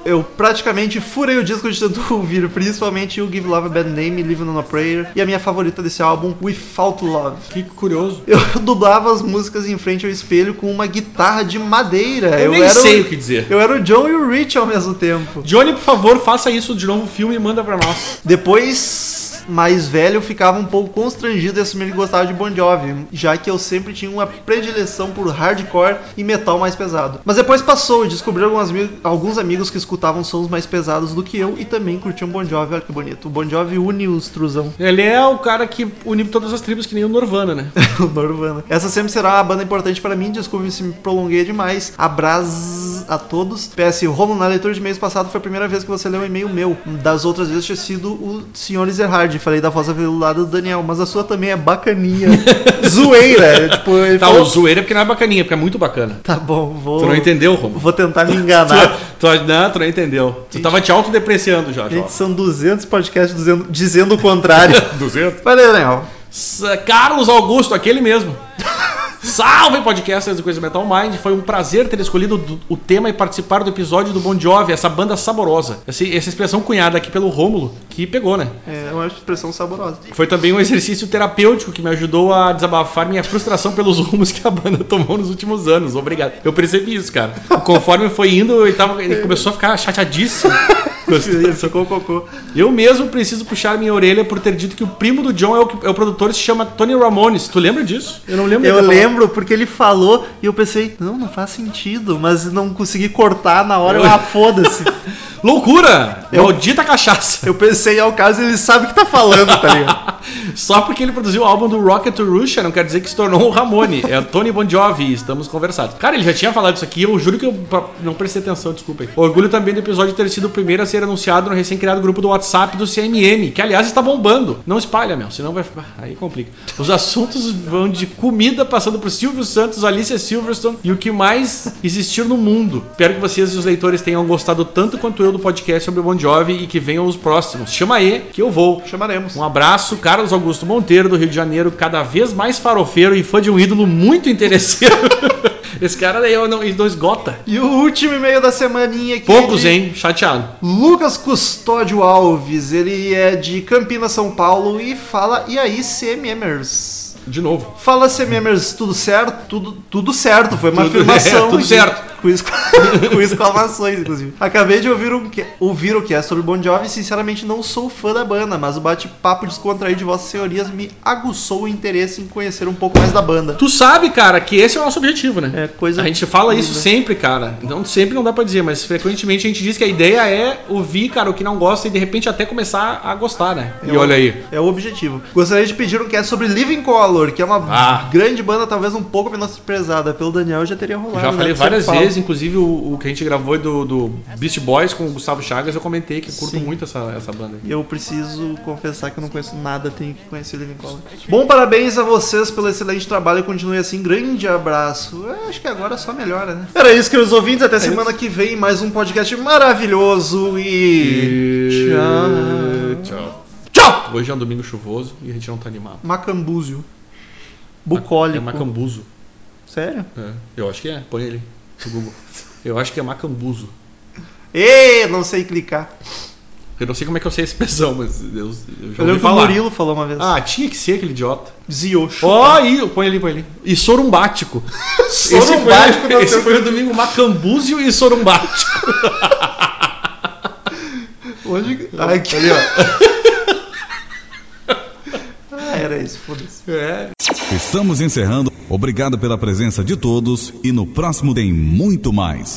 Eu praticamente furei o disco de tanto [laughs] ouvir, principalmente o Give Love a Bad Name, Living on a Prayer, e a minha favorita desse álbum, Without Love. Que curioso. Eu [laughs] dublava as músicas em frente ao espelho com uma guitarra de madeira. Eu, nem era sei o... o que dizer. Eu era o John e o Rich ao mesmo tempo. Johnny, por favor, faça isso de novo o filme e manda pra nós. Depois, mais velho, eu ficava um pouco constrangido em assumir que gostava de Bon Jovi, já que eu sempre tinha uma predileção por hardcore e metal mais pesado. Mas depois passou e descobri algumas ami- alguns amigos que escutavam sons mais pesados do que eu e também curtiam Bon Jovi. Olha que bonito. O Bon Jovi une os truzão. Ele é o cara que uniu todas as tribos, que nem o Norvana, né? [laughs] O Norvana. Essa sempre será uma banda importante pra mim, desculpe se me prolonguei demais. Abraço a todos. PS, Romulo, na leitura de mês passado foi a primeira vez que você leu um e-mail meu. Das outras vezes tinha sido o Sr. Zerhard. Falei da voz aveludada do Daniel, mas a sua também é bacaninha. [laughs] Zoeira. é, Tipo, ele Tá, o falou, zoeira é porque não é bacaninha, porque é muito bacana. tá bom, vou, Tu não entendeu, Romulo? vou tentar me [laughs] enganar. Tu, tu- não, tu não entendeu. Tu tava te autodepreciando já, Gente, Jorge. são 200 podcasts dizendo, dizendo o [laughs] contrário. 200? Valeu, Daniel. S- Carlos Augusto, aquele mesmo. Salve podcasters do Coisa Metal Mind, foi um prazer ter escolhido do- o tema e participar do episódio do Bon Jovi, essa banda saborosa. Essa, essa expressão cunhada aqui pelo Rômulo, que pegou, né? É uma expressão [laughs] saborosa. Foi também um exercício terapêutico que me ajudou a desabafar minha frustração pelos rumos que a banda tomou nos últimos anos. Obrigado. Eu percebi isso, cara. Conforme foi indo, eu tava- ele começou a ficar chateadíssimo. Ele ficou cocô. Eu mesmo preciso puxar minha orelha por ter dito que o primo do John é o, que- é o produtor que se chama Tony Ramones. Tu lembra disso? Eu não lembro. Eu dele ter falado. lembro porque ele falou e eu pensei, não, não faz sentido, mas não consegui cortar na hora, eu, Eu- [laughs] ah, foda-se. Loucura! Eu- Maldita cachaça! eu pensei, ao caso, ele sabe o que tá falando, tá ligado? Só porque ele produziu o álbum do Rocket to Russia não quer dizer que se tornou o Ramone. É o Tony Bon Jovi, estamos conversados. Cara, ele já tinha falado isso aqui, eu juro que eu pa- não prestei atenção, desculpa aí. Orgulho também do episódio ter sido o primeiro a ser anunciado no recém-criado grupo do WhatsApp do CMM, que aliás está bombando. Não espalha, meu, senão vai. ficar- Aí complica. Os assuntos vão de comida passando por Silvio Santos, Alicia Silverstone e o que mais existir no mundo. Espero que vocês e os leitores tenham gostado tanto quanto eu do podcast sobre o Bon Jovi e que venham os próximos. Chama aí, que eu vou. Chamaremos. Um abraço, Carlos Augusto Monteiro, do Rio de Janeiro, cada vez mais farofeiro e fã de um ídolo muito interesseiro. [laughs] Esse cara daí é um, eu não, ele não esgota. E o último e-mail da semaninha aqui. é Poucos, de hein? Chateado. Lucas Custódio Alves, ele é de Campinas, São Paulo e fala, e aí, CMMers? De novo. Fala, CMMers, tudo certo? Tudo, tudo certo, foi uma Tudo- [laughs] afirmação. é, tudo aqui. certo. Com, esco- [laughs] com exclamações, inclusive. Acabei de ouvir, um que... ouvir o que é sobre Bon Jovi e sinceramente não sou fã da banda, mas o bate-papo descontraído de vossas senhorias me aguçou o interesse em conhecer um pouco mais da banda. Tu sabe, cara, que esse é o nosso objetivo, né? É coisa A gente fala isso linda. sempre, cara. Não, sempre não dá pra dizer, mas frequentemente a gente diz que a ideia é ouvir, cara, o que não gosta e de repente até começar a gostar, né? E Eu- olha aí. É o objetivo. Gostaria de pedir um que é sobre Living Color, que é uma Ah. grande banda, talvez um pouco menosprezada. Pelo Daniel já teria rolado. Já né? falei Sempre várias falo. vezes, inclusive o, o que a gente gravou é do, do Beast Boys com o Gustavo Chagas, eu comentei que eu curto Sim. muito essa, essa banda. aí. E eu preciso confessar que eu não conheço nada, tenho que conhecer Living Color. Bom, parabéns a vocês pelo excelente trabalho e continue assim. Grande abraço. É, acho que agora só melhora, né? É Era isso, queridos ouvintes. Até semana que vem, mais um podcast maravilhoso e. Tchau. Tchau. Tchau! Hoje é um domingo chuvoso e a gente não tá animado. Macambúzio. Bucólico. É macambuzo. Sério? É, Eu acho que é. Põe ele no Google. Eu acho que é macambuzo. Ê, não sei clicar. Eu não sei como é que eu sei a expressão, mas eu, eu já Eu ouvi lembro que o falar. Murilo falou uma vez. Ah, tinha que ser aquele idiota. Ziocho. Ó, aí, põe ali, põe ali. E sorumbático. [laughs] Sorumbático Esse foi, não esse tem- um foi o domingo macambúzio e sorumbático. Hoje. Aqui. Ali, ó. [laughs] ah, era isso, foda-se. É. Estamos encerrando. Obrigado pela presença de todos e no próximo tem muito mais.